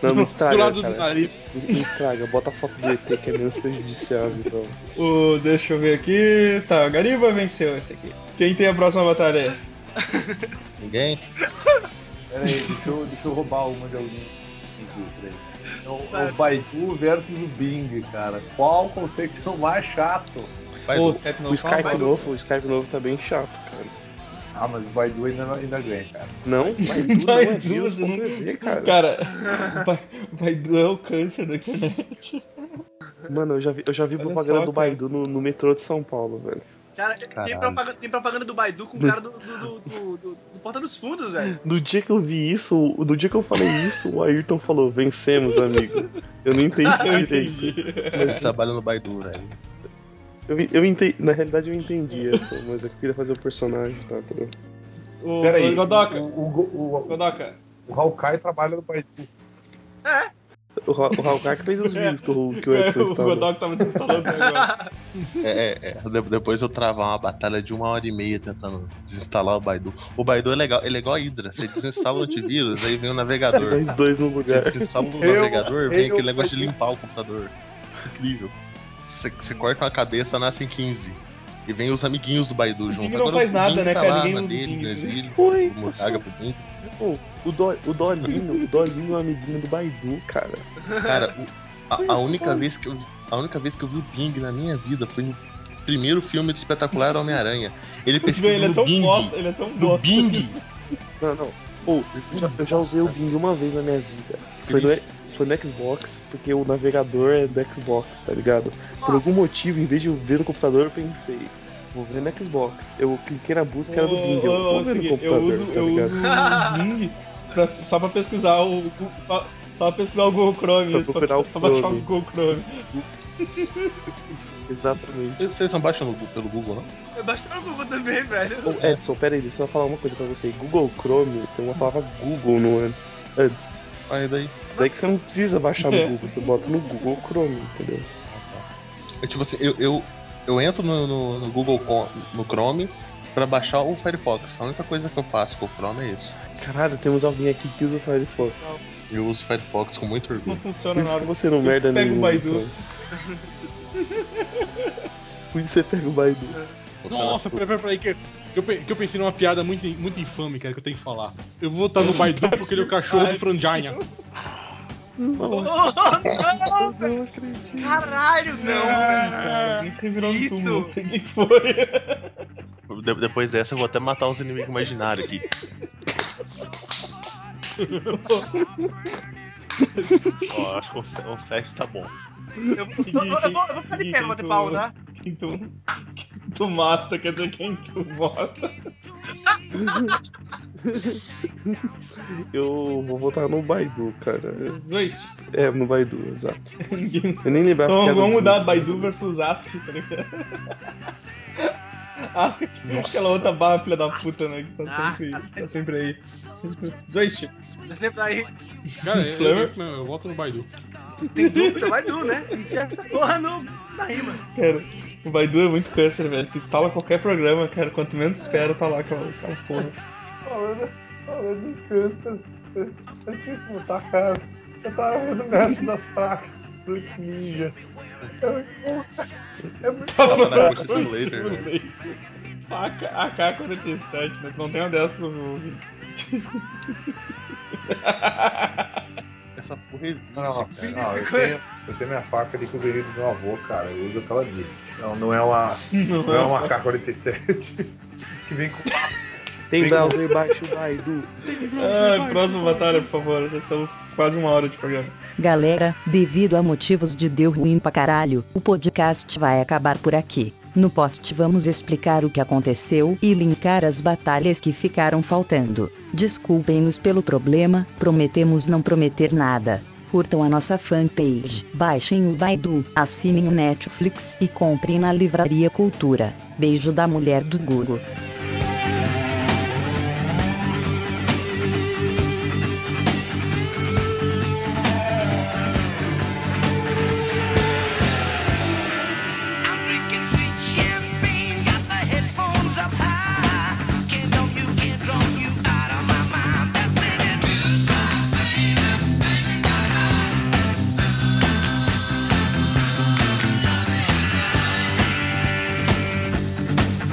[SPEAKER 2] Não, não
[SPEAKER 8] Do
[SPEAKER 2] estraga,
[SPEAKER 8] lado do
[SPEAKER 2] cara.
[SPEAKER 8] nariz.
[SPEAKER 2] Não não estraga, bota a foto do ET que é menos prejudicial, então.
[SPEAKER 1] O, deixa eu ver aqui. Tá, o Gariba venceu esse aqui. Quem tem a próxima batalha?
[SPEAKER 6] Ninguém?
[SPEAKER 7] Pera aí, deixa eu, deixa eu roubar uma de alguém. Peraí. É o, é o Baidu versus o Bing, cara. Qual consegue ser o mais chato?
[SPEAKER 1] Ô, o Skype não
[SPEAKER 2] O
[SPEAKER 1] fala
[SPEAKER 2] Skype
[SPEAKER 1] mais.
[SPEAKER 2] novo, o Skype novo tá bem chato, cara.
[SPEAKER 7] Ah, mas o Baidu ainda, ainda ganha, cara.
[SPEAKER 2] Não, mas tudo não é
[SPEAKER 1] Baidu,
[SPEAKER 2] views
[SPEAKER 1] você não-
[SPEAKER 2] contra Z, cara.
[SPEAKER 1] Cara, vai, vai doer o câncer né? da internet.
[SPEAKER 2] Mano, eu já vi, eu já vi
[SPEAKER 1] Olha
[SPEAKER 2] propaganda
[SPEAKER 1] só,
[SPEAKER 2] do
[SPEAKER 1] cara.
[SPEAKER 2] Baidu no, no metrô de São Paulo, velho.
[SPEAKER 5] Cara, tem
[SPEAKER 7] Caralho.
[SPEAKER 5] propaganda, tem propaganda do Baidu com o cara do, do, do, do- do- do Porta dos Fundos, velho.
[SPEAKER 2] No dia que eu vi isso, no dia que eu falei isso, o Ayrton falou, vencemos, amigo. Eu não entendi
[SPEAKER 1] Eu
[SPEAKER 2] direito.
[SPEAKER 1] Ah, entendi.
[SPEAKER 6] Eles trabalham no Baidu, né? velho.
[SPEAKER 2] Eu, eu entendi. Na realidade eu entendi essa, mas eu queria fazer o personagem, tá? tá ligado?
[SPEAKER 1] O,
[SPEAKER 7] Pera aí,
[SPEAKER 1] o Godoka.
[SPEAKER 7] o, o, o, o,
[SPEAKER 1] Godoka.
[SPEAKER 7] o Hawkeye trabalha no Baidu.
[SPEAKER 2] O, Ra- o Hawkeye que fez os vídeos que o, que o Edson
[SPEAKER 1] É, O
[SPEAKER 2] estava.
[SPEAKER 1] Godok tava desinstalando até agora.
[SPEAKER 6] É, é, é. De- Depois eu travar uma batalha de uma hora e meia tentando desinstalar o Baidu. O Baidu é legal, ele é igual a Hydra. Você desinstala o antivírus, aí vem o navegador.
[SPEAKER 2] Os dois no
[SPEAKER 6] Você
[SPEAKER 2] lugar.
[SPEAKER 1] é.
[SPEAKER 6] desinstala o
[SPEAKER 7] Eu-
[SPEAKER 6] navegador, vem
[SPEAKER 7] eu-
[SPEAKER 6] aquele negócio de limpar o computador. Incrível. Você, você corta uma cabeça, nascem 15. E vem os amiguinhos do Baidu junto.
[SPEAKER 1] Bing não faz nada, né, cara? Ninguém
[SPEAKER 6] na
[SPEAKER 1] usa o
[SPEAKER 6] dele,
[SPEAKER 1] Bing,
[SPEAKER 6] no
[SPEAKER 1] né?
[SPEAKER 6] exílio,
[SPEAKER 2] Oi,
[SPEAKER 6] o Mortaga pro Bing.
[SPEAKER 2] Pô, o, Dó- o Dolinho, o Dolinho é um amiguinho do Baidu, cara.
[SPEAKER 6] Cara, o- a, a única vez que eu, vi- a única vez que eu vi o Bing na minha vida foi no primeiro filme de espetacular Homem-Aranha. Ele
[SPEAKER 1] Tipo,
[SPEAKER 6] pesquisa
[SPEAKER 1] ele é
[SPEAKER 6] no
[SPEAKER 1] tão
[SPEAKER 6] Bing.
[SPEAKER 1] bosta, ele é tão
[SPEAKER 6] No
[SPEAKER 1] bosta.
[SPEAKER 6] Bing.
[SPEAKER 2] Não, não. Pô, eu já, eu já usei o Bing uma vez na minha vida. Foi no, foi no Xbox, porque o navegador é do Xbox, tá ligado? Por algum motivo, em vez de eu ver no computador, eu pensei, vou ver no Xbox. Eu cliquei na busca, era do
[SPEAKER 1] Ô,
[SPEAKER 2] Bing. Eu
[SPEAKER 1] ô, ô,
[SPEAKER 2] vou ver no
[SPEAKER 1] seguinte,
[SPEAKER 2] computador,
[SPEAKER 1] eu uso,
[SPEAKER 2] tá
[SPEAKER 1] eu
[SPEAKER 2] ligado?
[SPEAKER 1] uso o Bing pra- só pra pesquisar o. o- Só, só pra pesquisar o Google Chrome,
[SPEAKER 2] Pra
[SPEAKER 1] isso, pra,
[SPEAKER 2] procurar o
[SPEAKER 1] pra baixar
[SPEAKER 2] Chrome.
[SPEAKER 1] o Google Chrome.
[SPEAKER 2] Exatamente.
[SPEAKER 6] Vocês não baixam no Gu- pelo Google, não?
[SPEAKER 5] Eu baixei o Google também, velho.
[SPEAKER 2] Ô, Edson, pera aí, deixa eu falar uma coisa pra você. Google Chrome tem uma palavra Google no antes. Antes.
[SPEAKER 6] Aí daí.
[SPEAKER 2] Daí que você não precisa baixar no
[SPEAKER 1] É.
[SPEAKER 2] Google, você bota no Google Chrome, entendeu?
[SPEAKER 6] É tipo assim, eu, eu, eu entro no, no- no Google Com- no Chrome pra baixar o Firefox. A única coisa que eu faço com o Chrome é isso.
[SPEAKER 2] Caralho, temos alguém aqui que usa o Firefox.
[SPEAKER 6] Eu uso o Firefox com muito
[SPEAKER 1] Isso não
[SPEAKER 6] orgulho.
[SPEAKER 2] Por
[SPEAKER 1] funciona
[SPEAKER 2] isso que
[SPEAKER 1] nada.
[SPEAKER 2] você não
[SPEAKER 1] Por isso
[SPEAKER 2] merda
[SPEAKER 1] que pega o
[SPEAKER 2] nenhuma.
[SPEAKER 1] Baidu.
[SPEAKER 2] então. Por isso você pega o Baidu.
[SPEAKER 6] Funciona
[SPEAKER 8] Nossa,
[SPEAKER 6] tudo.
[SPEAKER 8] peraí, peraí, peraí, que que eu, pe- que eu pensei numa piada muito, in- muito infame, cara, que eu tenho que falar. Eu vou votar no Baidu porque ele é o cachorro do Franjainha.
[SPEAKER 2] é um
[SPEAKER 5] Caralho, não, velho.
[SPEAKER 1] Alguém se revirou no
[SPEAKER 5] isso.
[SPEAKER 1] um túmulo, não sei quem foi.
[SPEAKER 6] De- depois dessa eu vou até matar os inimigos imaginários aqui. Ó, acho que um se- um 7 tá bom.
[SPEAKER 5] Eu, vou- eu, vou- eu, vou- eu vou ficar de pé, vou bater pau, tá?
[SPEAKER 1] Quem tu, quem tu mata, quer dizer, quem tu bota.
[SPEAKER 2] Eu vou votar no Baidu, cara.
[SPEAKER 1] Zoite.
[SPEAKER 2] É, no Baidu, exato.
[SPEAKER 1] Ninguém
[SPEAKER 2] Eu nem lembrava
[SPEAKER 1] Então,
[SPEAKER 2] que era
[SPEAKER 1] vamos
[SPEAKER 2] do-
[SPEAKER 1] mudar Baidu versus Ask, tá ligado? Ask é aquela outra barra, filha da puta, né? Que tá sempre, tá sempre aí. Zoist,
[SPEAKER 5] Eu sempre aí.
[SPEAKER 8] Cara, eu,
[SPEAKER 1] Flavor?
[SPEAKER 8] eu, eu, eu voto no Baidu.
[SPEAKER 5] Tem dúvida, vai nu, né? Enfia essa porra no, na rima.
[SPEAKER 1] cara, o Baidu é muito câncer, velho. Tu instala qualquer programa, cara, quanto menos espera, tá lá aquela, aquela porra.
[SPEAKER 7] Falando, falando em câncer, eu eu tinha que botar a cara. Eu tava vendo o mestre das facas do Ninja. Eu- É muito
[SPEAKER 6] Tava na
[SPEAKER 7] bom.
[SPEAKER 6] Constituição Later, né?
[SPEAKER 1] Faca AK-47, né? Tu não tem uma dessas, ô, Vini.
[SPEAKER 6] Essa porra existe,
[SPEAKER 7] Não, não,
[SPEAKER 6] cara.
[SPEAKER 7] não, eu tenho, eu tenho minha faca ali que eu ganhei do meu avô, cara. Eu uso aquela ali. Não, não é uma,
[SPEAKER 1] Não,
[SPEAKER 7] não é uma AK-47 que vem com.
[SPEAKER 2] Tem browser baixo Baidu.
[SPEAKER 1] Ah, próxima batalha, por favor. Já estamos quase uma hora de programa.
[SPEAKER 3] Galera, devido a motivos de deu ruim pra caralho, o podcast vai acabar por aqui. No post vamos explicar o que aconteceu e linkar as batalhas que ficaram faltando. Desculpem-nos pelo problema, prometemos não prometer nada. Curtam a nossa fanpage, baixem o Baidu, assinem o Netflix e comprem na Livraria Cultura. Beijo da mulher do Google.
[SPEAKER 9] I'm drinking sweet champagne, got the headphones up high. Can't dump you, can't drop you out of my mind. That's singing. Up go the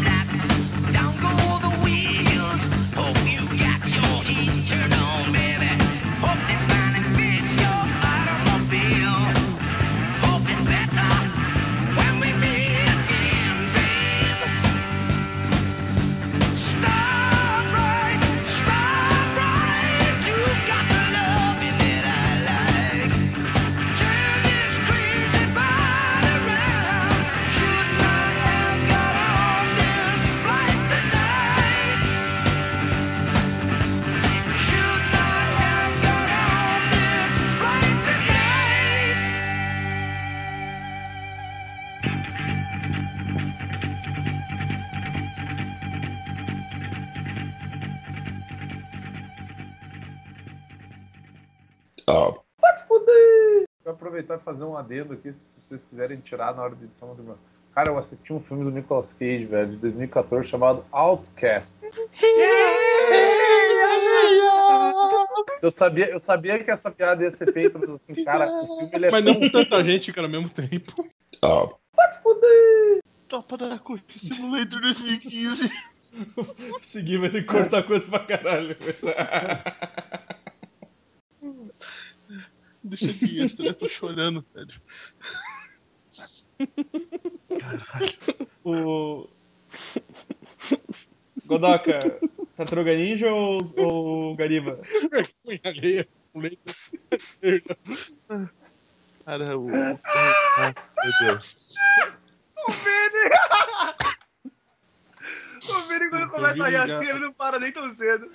[SPEAKER 9] flaps, down go the wheels. Hope you got your heat turned on, baby. Hope they finally fix your automobile. Hope it's better when we meet again, babe. Stop right, stop right. You got the loving that I like. Turn this crazy body round. Should not have got on this flight tonight. Should not have got on this flight tonight.
[SPEAKER 7] Vou aproveitar e fazer um adendo aqui, se vocês quiserem tirar na hora de edição do meu. Cara, eu assisti um filme do Nicolas Cage, velho, de 2014, chamado Outcast. Eu sabia, eu sabia que essa piada ia ser feita, mas assim, cara, o filme ele é
[SPEAKER 8] Mas
[SPEAKER 7] tão-
[SPEAKER 8] não tanta gente, cara, ao mesmo tempo.
[SPEAKER 6] Topa da Constituição Simulator 2015.
[SPEAKER 1] Seguir vai ter que cortar coisa pra caralho.
[SPEAKER 6] Deixa aqui, extra, eu tô chorando, velho.
[SPEAKER 1] O. Godoka, Tartaruga Ninja ou, ou Gariba?
[SPEAKER 8] Vergonha alheia. pulei.
[SPEAKER 6] Cara, o. Ah, meu Deus.
[SPEAKER 5] O Vini! o Vini, quando começa a rir assim, ele não para nem tão cedo.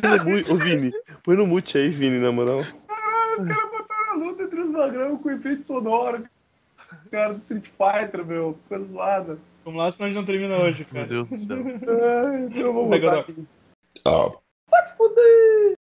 [SPEAKER 2] Põe no mute- Ô, Vini, põe no mute aí, Vini, na moral.
[SPEAKER 7] Os caras botaram a luta entre os magrão com efeito sonoro. Cara do Street Fighter, meu, coisa zoada.
[SPEAKER 1] Vamos lá, senão a gente não termina hoje,
[SPEAKER 6] Meu
[SPEAKER 1] cara.
[SPEAKER 6] Deus do céu.
[SPEAKER 7] Ai, eu vou
[SPEAKER 1] Vai,
[SPEAKER 7] botar
[SPEAKER 1] Godoka.
[SPEAKER 7] aqui.